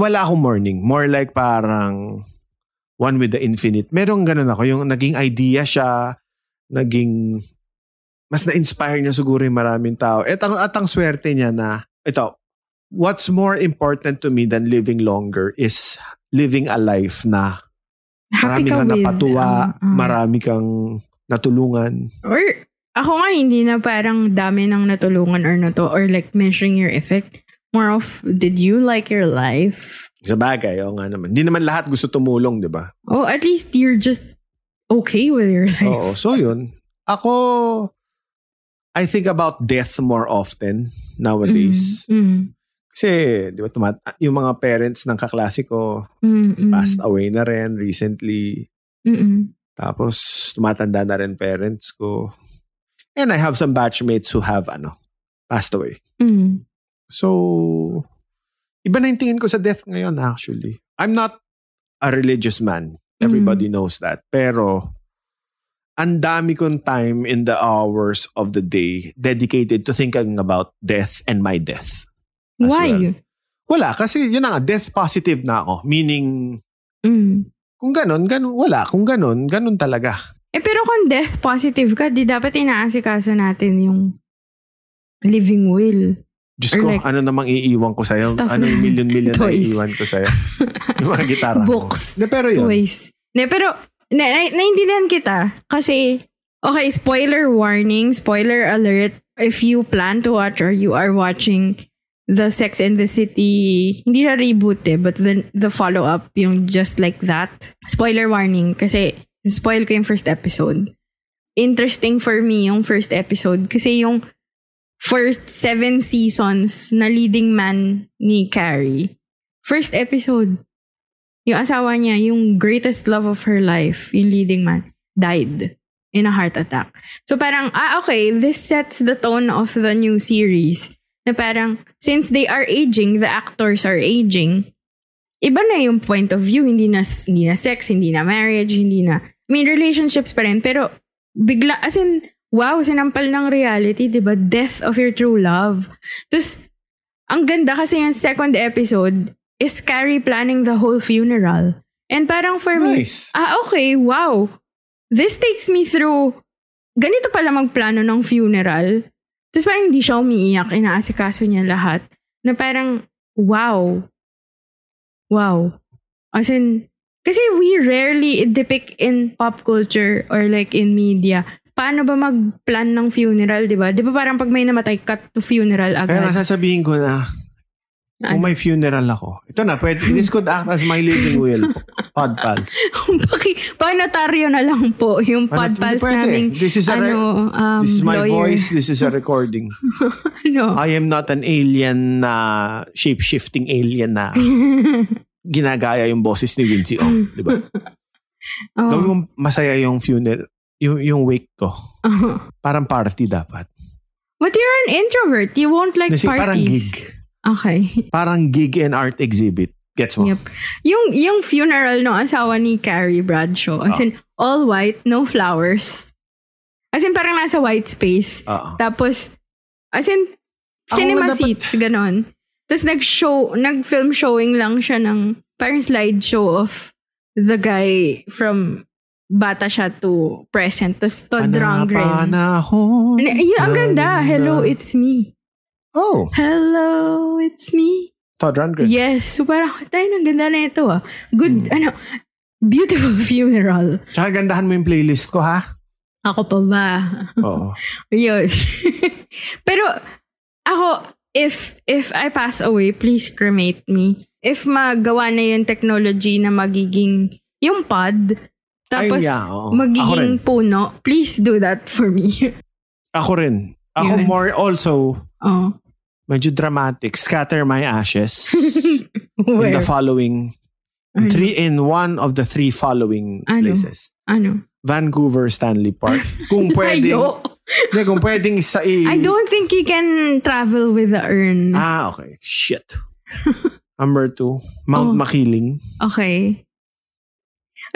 Speaker 4: Wala akong mourning. More like parang one with the infinite. Merong ganun ako. Yung naging idea siya, naging mas na-inspire niya siguro yung maraming tao. At ang, at ang swerte niya na, ito, what's more important to me than living longer is living a life na marami
Speaker 3: Happy ka
Speaker 4: kang
Speaker 3: with,
Speaker 4: napatuwa,
Speaker 3: ah, ah.
Speaker 4: marami kang natulungan.
Speaker 3: Or, ako nga, hindi na parang dami ng natulungan or nato, or like measuring your effect. More of, did you like your life?
Speaker 4: Sa bagay, oo nga naman. Hindi naman lahat gusto tumulong, di ba?
Speaker 3: Oh, at least you're just okay with your life.
Speaker 4: Oo, so yun. Ako, I think about death more often nowadays.
Speaker 3: Mm,
Speaker 4: Kasi, di ba, tumat- yung mga parents ng kaklase ko,
Speaker 3: mm, mm,
Speaker 4: passed away na rin recently.
Speaker 3: mm, mm.
Speaker 4: Tapos, tumatanda na rin parents ko. And I have some batchmates who have, ano, passed away.
Speaker 3: Mm.
Speaker 4: So, iba na yung tingin ko sa death ngayon, actually. I'm not a religious man. Everybody
Speaker 3: Mm.
Speaker 4: knows that. Pero, ang dami kong time in the hours of the day dedicated to thinking about death and my death. as
Speaker 3: Why?
Speaker 4: Wala, kasi yun na nga, death positive na ako. Meaning,
Speaker 3: Mm.
Speaker 4: kung ganun, ganun, wala. Kung ganun, ganun talaga.
Speaker 3: Eh, pero kung death positive ka, di dapat inaasikaso natin yung living will.
Speaker 4: Diyos
Speaker 3: Or
Speaker 4: ko,
Speaker 3: like,
Speaker 4: ano namang iiwan ko sa'yo?
Speaker 3: Stuff
Speaker 4: Ano yung
Speaker 3: na-
Speaker 4: million-million na
Speaker 3: toys.
Speaker 4: iiwan ko sa'yo? yung mga gitara Ko.
Speaker 3: Books.
Speaker 4: Na, pero yun.
Speaker 3: Toys. Ne, pero, na, na, naintindihan kita. Kasi, okay, spoiler warning, spoiler alert. If you plan to watch or you are watching the Sex and the City, hindi siya reboot eh, but the, the follow-up, yung Just Like That. Spoiler warning, kasi spoil ko yung first episode. Interesting for me yung first episode kasi yung first seven seasons na leading man ni Carrie. First episode, yung asawa niya, yung greatest love of her life, yung leading man, died. in a heart attack. So parang, ah, okay, this sets the tone of the new series. Na parang, since they are aging, the actors are aging, iba na yung point of view. Hindi na, hindi na sex, hindi na marriage, hindi na... I mean, relationships pa rin. Pero, bigla, as in, wow, sinampal ng reality, di ba? Death of your true love. Tapos, ang ganda kasi yung second episode is Carrie planning the whole funeral. And parang for
Speaker 4: Nice.
Speaker 3: me, ah, okay, wow. This takes me through, ganito pala magplano ng funeral. Tapos parang hindi siya umiiyak, inaasikaso niya lahat. Na parang, wow. Wow. As in, kasi we rarely depict in pop culture or like in media, paano ba mag-plan ng funeral, di ba? Di ba parang pag may namatay, cut to funeral
Speaker 4: Kaya
Speaker 3: agad? Ano?
Speaker 4: nasasabihin ko na, kung may funeral ako, ito na, pwede, this could act as my living will. Pod pals.
Speaker 3: Paki, panotaryo na lang po yung
Speaker 4: Ano, hindi
Speaker 3: podpals
Speaker 4: pwede.
Speaker 3: naming
Speaker 4: This is a re-
Speaker 3: ano, um,
Speaker 4: this is my
Speaker 3: lawyer.
Speaker 4: voice, this is a recording.
Speaker 3: Ano?
Speaker 4: I am not an alien na shape-shifting alien na ginagaya yung boses ni Lindsay Ong, di ba?
Speaker 3: Oo.
Speaker 4: Gawin mong masaya yung funeral, yung, yung wake ko. Parang party dapat.
Speaker 3: But you're an introvert. You won't like
Speaker 4: Kasi
Speaker 3: parties.
Speaker 4: parang gig.
Speaker 3: Okay.
Speaker 4: Parang gig and art exhibit. Gets mo?
Speaker 3: Yep. Yung, yung funeral ng asawa ni Carrie Bradshaw. As in, all white, no flowers. As in, parang nasa white space.
Speaker 4: Oo.
Speaker 3: Tapos, as in,
Speaker 4: Ako
Speaker 3: cinema
Speaker 4: nga dapat-
Speaker 3: seats, ganon. Tapos nag-show, nag-film showing lang siya ng parang slideshow of the guy from bata siya to present. Tapos to drunk rin.
Speaker 4: Panapanahon.
Speaker 3: Ano, Yun, ang ganda.
Speaker 4: Ganda.
Speaker 3: Hello, it's me.
Speaker 4: Oh.
Speaker 3: Hello, it's me.
Speaker 4: Todd Rundgren.
Speaker 3: Yes. So parang, tayo, ang ganda na ito ah. Good,
Speaker 4: Hmm.
Speaker 3: ano, beautiful funeral.
Speaker 4: Tsaka gandahan mo yung playlist ko, ha?
Speaker 3: Ako pa ba?
Speaker 4: Oo.
Speaker 3: Yun. Pero, ako, if, if I pass away, please cremate me. If magawa na yung technology na magiging yung pod, tapos
Speaker 4: yeah, oo. Ako rin.
Speaker 3: magiging puno, please do that for me.
Speaker 4: Ako rin. Ako
Speaker 3: Yun.
Speaker 4: more also,
Speaker 3: oh.
Speaker 4: medyo dramatic. Scatter my ashes in
Speaker 3: Where?
Speaker 4: the following, three in one of the three following
Speaker 3: Ano?
Speaker 4: places.
Speaker 3: Ano?
Speaker 4: Vancouver Stanley Park. Kung pwedeng,
Speaker 3: Layo.
Speaker 4: hindi, kung pwedeng isa i-
Speaker 3: I don't think you can travel with the urn.
Speaker 4: Ah, okay. Shit. Number two,
Speaker 3: Oh.
Speaker 4: Mount Makiling.
Speaker 3: Okay.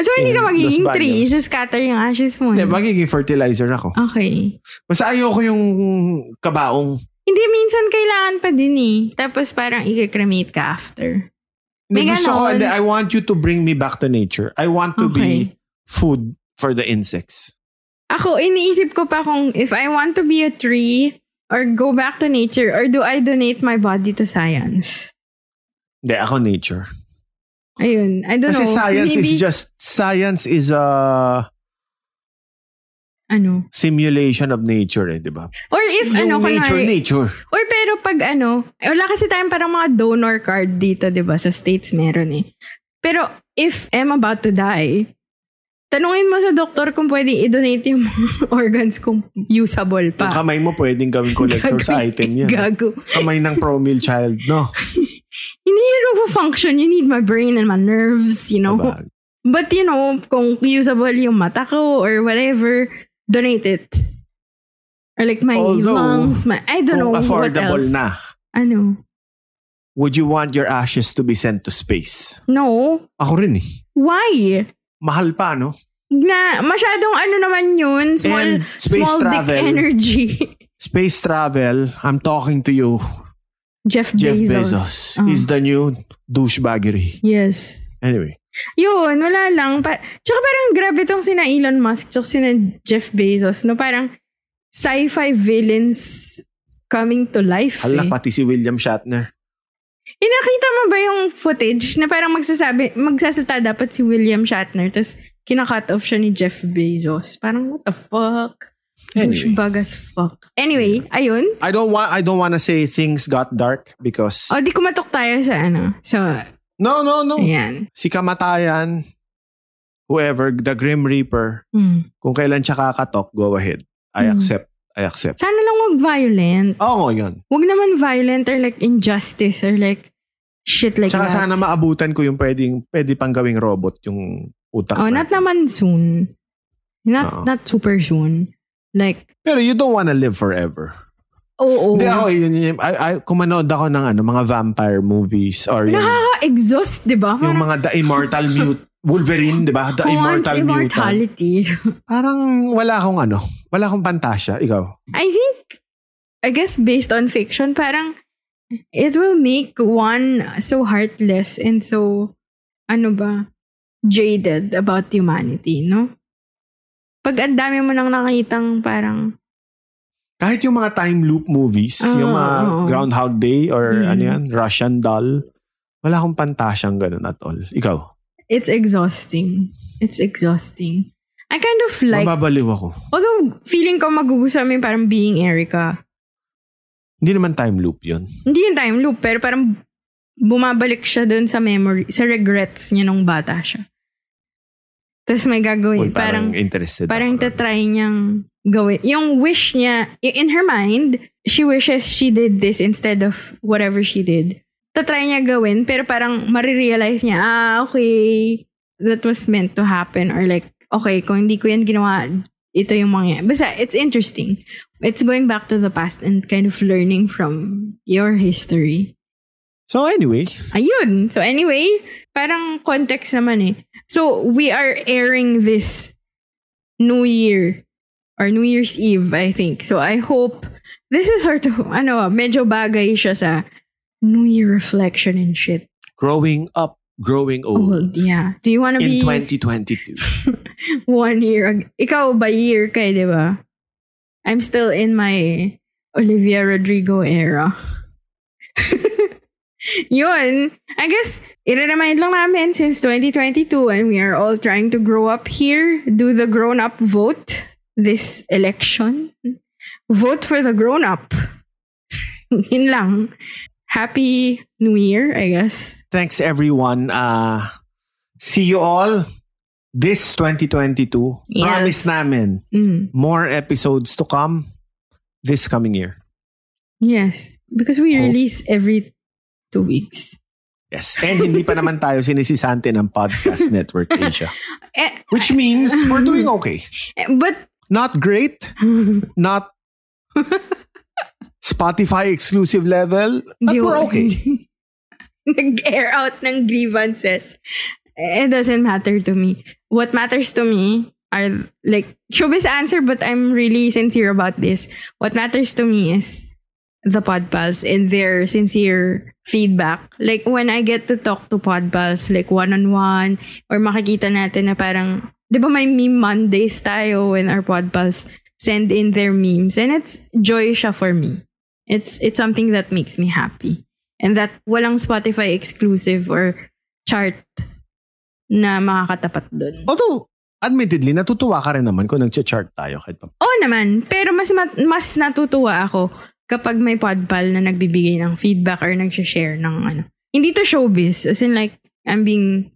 Speaker 3: So, hindi ka
Speaker 4: Yeah,
Speaker 3: magiging
Speaker 4: Los
Speaker 3: tree.
Speaker 4: Baños.
Speaker 3: Isa-scatter yung ashes mo.
Speaker 4: Hindi,
Speaker 3: eh.
Speaker 4: magiging fertilizer ako.
Speaker 3: Ah. Okay.
Speaker 4: Basta ayoko yung kabaong.
Speaker 3: Hindi, minsan kailangan pa din eh. Tapos parang i-cremate ka after. May
Speaker 4: May gusto ko,
Speaker 3: ganon.
Speaker 4: hindi, I want you to bring me back to nature. I want to be food for the insects.
Speaker 3: Ako, iniisip ko pa kung if I want to be a tree or go back to nature or do I donate my body to science?
Speaker 4: Hindi, ako nature.
Speaker 3: Ayun. I don't
Speaker 4: Kasi
Speaker 3: know.
Speaker 4: science
Speaker 3: Maybe-
Speaker 4: is just, science is a
Speaker 3: Ano?
Speaker 4: simulation of nature eh, di ba?
Speaker 3: Or if ano,
Speaker 4: Yung nature,
Speaker 3: kunwari-
Speaker 4: nature.
Speaker 3: Or pero pag ano, wala kasi tayong parang mga donor card dito, di ba? Sa States meron eh. Pero if I'm about to die, tanungin mo sa doktor kung pwede i-donate yung mga organs kung
Speaker 4: Yung
Speaker 3: usable pa.
Speaker 4: kamay mo pwedeng gawing collector's
Speaker 3: Gagawin-
Speaker 4: item yan.
Speaker 3: Gago.
Speaker 4: Kamay ng promil child, no?
Speaker 3: Hindi yun function. You need my brain and my nerves, you know?
Speaker 4: Sabag.
Speaker 3: But you know, kung usable yung mata ko or whatever, donate it. Or like my
Speaker 4: Although,
Speaker 3: lungs, my, I
Speaker 4: kung
Speaker 3: don't know what
Speaker 4: affordable
Speaker 3: else.
Speaker 4: na.
Speaker 3: Ano?
Speaker 4: Would you want your ashes to be sent to space?
Speaker 3: No.
Speaker 4: Ako rin eh.
Speaker 3: Why?
Speaker 4: Mahal pa, no?
Speaker 3: na masyadong ano naman yun,
Speaker 4: And
Speaker 3: small,
Speaker 4: space
Speaker 3: small
Speaker 4: travel.
Speaker 3: dick energy.
Speaker 4: Space travel, I'm talking to you.
Speaker 3: Jeff
Speaker 4: Jeff
Speaker 3: Bezos.
Speaker 4: Bezos,
Speaker 3: Oh.
Speaker 4: is the new douchebaggery.
Speaker 3: Yes.
Speaker 4: Anyway,
Speaker 3: Yun, wala lang. Pa- Tsaka parang grabe tong sina Elon Musk tsaka sina Jeff Bezos. No, parang sci-fi villains coming to life.
Speaker 4: hala
Speaker 3: eh.
Speaker 4: pati si William Shatner.
Speaker 3: Inakita mo ba yung footage na parang magsasabi, magsasalta dapat si William Shatner tapos kina-cut off siya ni Jeff Bezos. Parang what the fuck?
Speaker 4: Anyway.
Speaker 3: Douchebag as fuck. Anyway, ayun.
Speaker 4: I don't want I don't want to say things got dark because
Speaker 3: O, di kumatok tayo sa ano. Sa,
Speaker 4: No, no, no.
Speaker 3: Ayan.
Speaker 4: Si kamatayan whoever the Grim Reaper,
Speaker 3: Mm.
Speaker 4: kung kailan siya kakatok, go ahead. I
Speaker 3: Mm.
Speaker 4: accept. I accept.
Speaker 3: Sana lang wag violent.
Speaker 4: Oo, yun.
Speaker 3: Wag naman violent or like injustice or like shit like
Speaker 4: Tsaka
Speaker 3: that.
Speaker 4: sana maabutan ko yung pwedeng pwede pang gawing robot yung utak.
Speaker 3: Oh,
Speaker 4: na.
Speaker 3: not naman soon. Not
Speaker 4: Oo.
Speaker 3: not super soon. Like,
Speaker 4: Pero you don't wanna live forever.
Speaker 3: oo.
Speaker 4: Hindi ako, yun, yun, I, I, kumanood ako ng ano, mga vampire movies or yung,
Speaker 3: Nakaka-exhaust, di ba?
Speaker 4: yung mga The Immortal Mute, Wolverine, di ba? The
Speaker 3: Who wants
Speaker 4: Immortal Mutant.
Speaker 3: immortality.
Speaker 4: Parang wala akong ano, wala akong pantasya. Ikaw?
Speaker 3: I think, I guess based on fiction, parang it will make one so heartless and so, ano ba, jaded about humanity, no? Pag ang dami mo nang nakitang parang,
Speaker 4: Kahit yung mga time loop movies,
Speaker 3: Oo,
Speaker 4: yung mga
Speaker 3: Ah, oo.
Speaker 4: Groundhog Day or
Speaker 3: Mm.
Speaker 4: ano yan, Russian Doll, wala akong pantasyang ganun at all. Ikaw?
Speaker 3: it's exhausting. It's exhausting. I kind of like,
Speaker 4: mababaliw ako.
Speaker 3: although feeling ko magugustuhan mo yung parang being Erica.
Speaker 4: Hindi naman time loop yun.
Speaker 3: Hindi yung time loop, pero parang bumabalik siya doon sa memory, sa regrets niya nung bata siya. Tapos may
Speaker 4: Uy,
Speaker 3: gagawin. parang,
Speaker 4: parang, interested
Speaker 3: parang
Speaker 4: ako.
Speaker 3: tatry niyang gawin. Yung wish niya, y- in her mind, she wishes she did this instead of whatever she did. Tatry niya gawin, pero parang marirealize niya, ah, okay, that was meant to happen. Or like, okay, kung hindi ko yan ginawa, ito yung mga Basta, it's interesting. It's going back to the past and kind of learning from your history.
Speaker 4: So anyway,
Speaker 3: Ayun. So anyway, parang context naman eh. So we are airing this New Year or New Year's Eve, I think. So I hope this is sort of ano, ah, medyo bagay siya sa New Year reflection and shit.
Speaker 4: growing up, growing old.
Speaker 3: Old, Oh, yeah. Do you wanna
Speaker 4: In
Speaker 3: be
Speaker 4: 2022.
Speaker 3: one year? ag- Ikaw ba year ka, eh, di ba? I'm still in my Olivia Rodrigo era. Yun. I guess, i-remind lang namin since 2022 and we are all trying to grow up here, do the grown-up vote this election. Vote for the grown-up. Yun lang. Happy New Year, I guess.
Speaker 4: Thanks everyone. Uh, see you all this 2022.
Speaker 3: Yes.
Speaker 4: Promise namin
Speaker 3: Mm.
Speaker 4: more episodes to come this coming year.
Speaker 3: Yes. Because we
Speaker 4: Hope.
Speaker 3: release every two weeks.
Speaker 4: Yes. And hindi pa naman tayo sinisisante ng Podcast Network Asia.
Speaker 3: Eh,
Speaker 4: Which means we're doing okay.
Speaker 3: eh, but
Speaker 4: Not great, not Spotify exclusive level, but
Speaker 3: Di-
Speaker 4: we're okay.
Speaker 3: Nag-air out ng grievances. Eh, It doesn't matter to me. What matters to me are like showbiz answer, but I'm really sincere about this. What matters to me is the pod pals and their sincere feedback. Like when I get to talk to pod pals, like one-on-one, or makikita natin na parang, di ba may meme Mondays tayo when our pod pals send in their memes. And it's joy siya for me. It's, it's something that makes me happy. And that walang Spotify exclusive or chart na makakatapat doon.
Speaker 4: Although, admittedly, natutuwa ka rin naman kung nag-chart tayo kahit pa
Speaker 3: Oo naman, pero mas mat- mas natutuwa ako kapag may podpal na nagbibigay ng feedback or nag-share ng ano. Hindi to showbiz, as in like, I'm being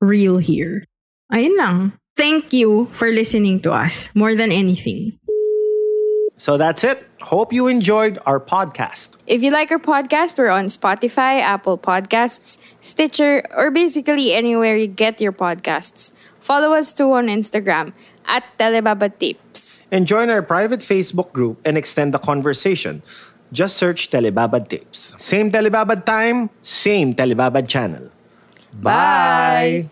Speaker 3: real here. Ayun lang. Thank you for listening to us more than anything.
Speaker 2: So that's it. Hope you enjoyed our podcast.
Speaker 3: If you like our podcast, we're on Spotify, Apple Podcasts, Stitcher, or basically anywhere you get your podcasts. Follow us too on Instagram at Telebaba Tips.
Speaker 2: and join our private Facebook group and extend the conversation. Just search Telebabad Tips. Same Telebabad time, same Telebabad channel. Bye.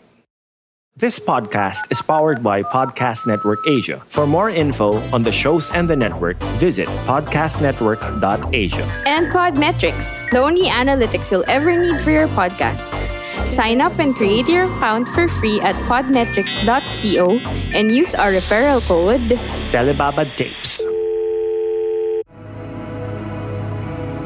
Speaker 2: This podcast is powered by Podcast Network Asia. For more info on the shows and the network, visit podcastnetwork.asia.
Speaker 3: and Podmetrics, the only analytics you'll ever need for your podcast. Sign up and create your account for free at podmetrics.co and use our referral code.
Speaker 2: Telebabad Tips.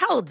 Speaker 11: Hold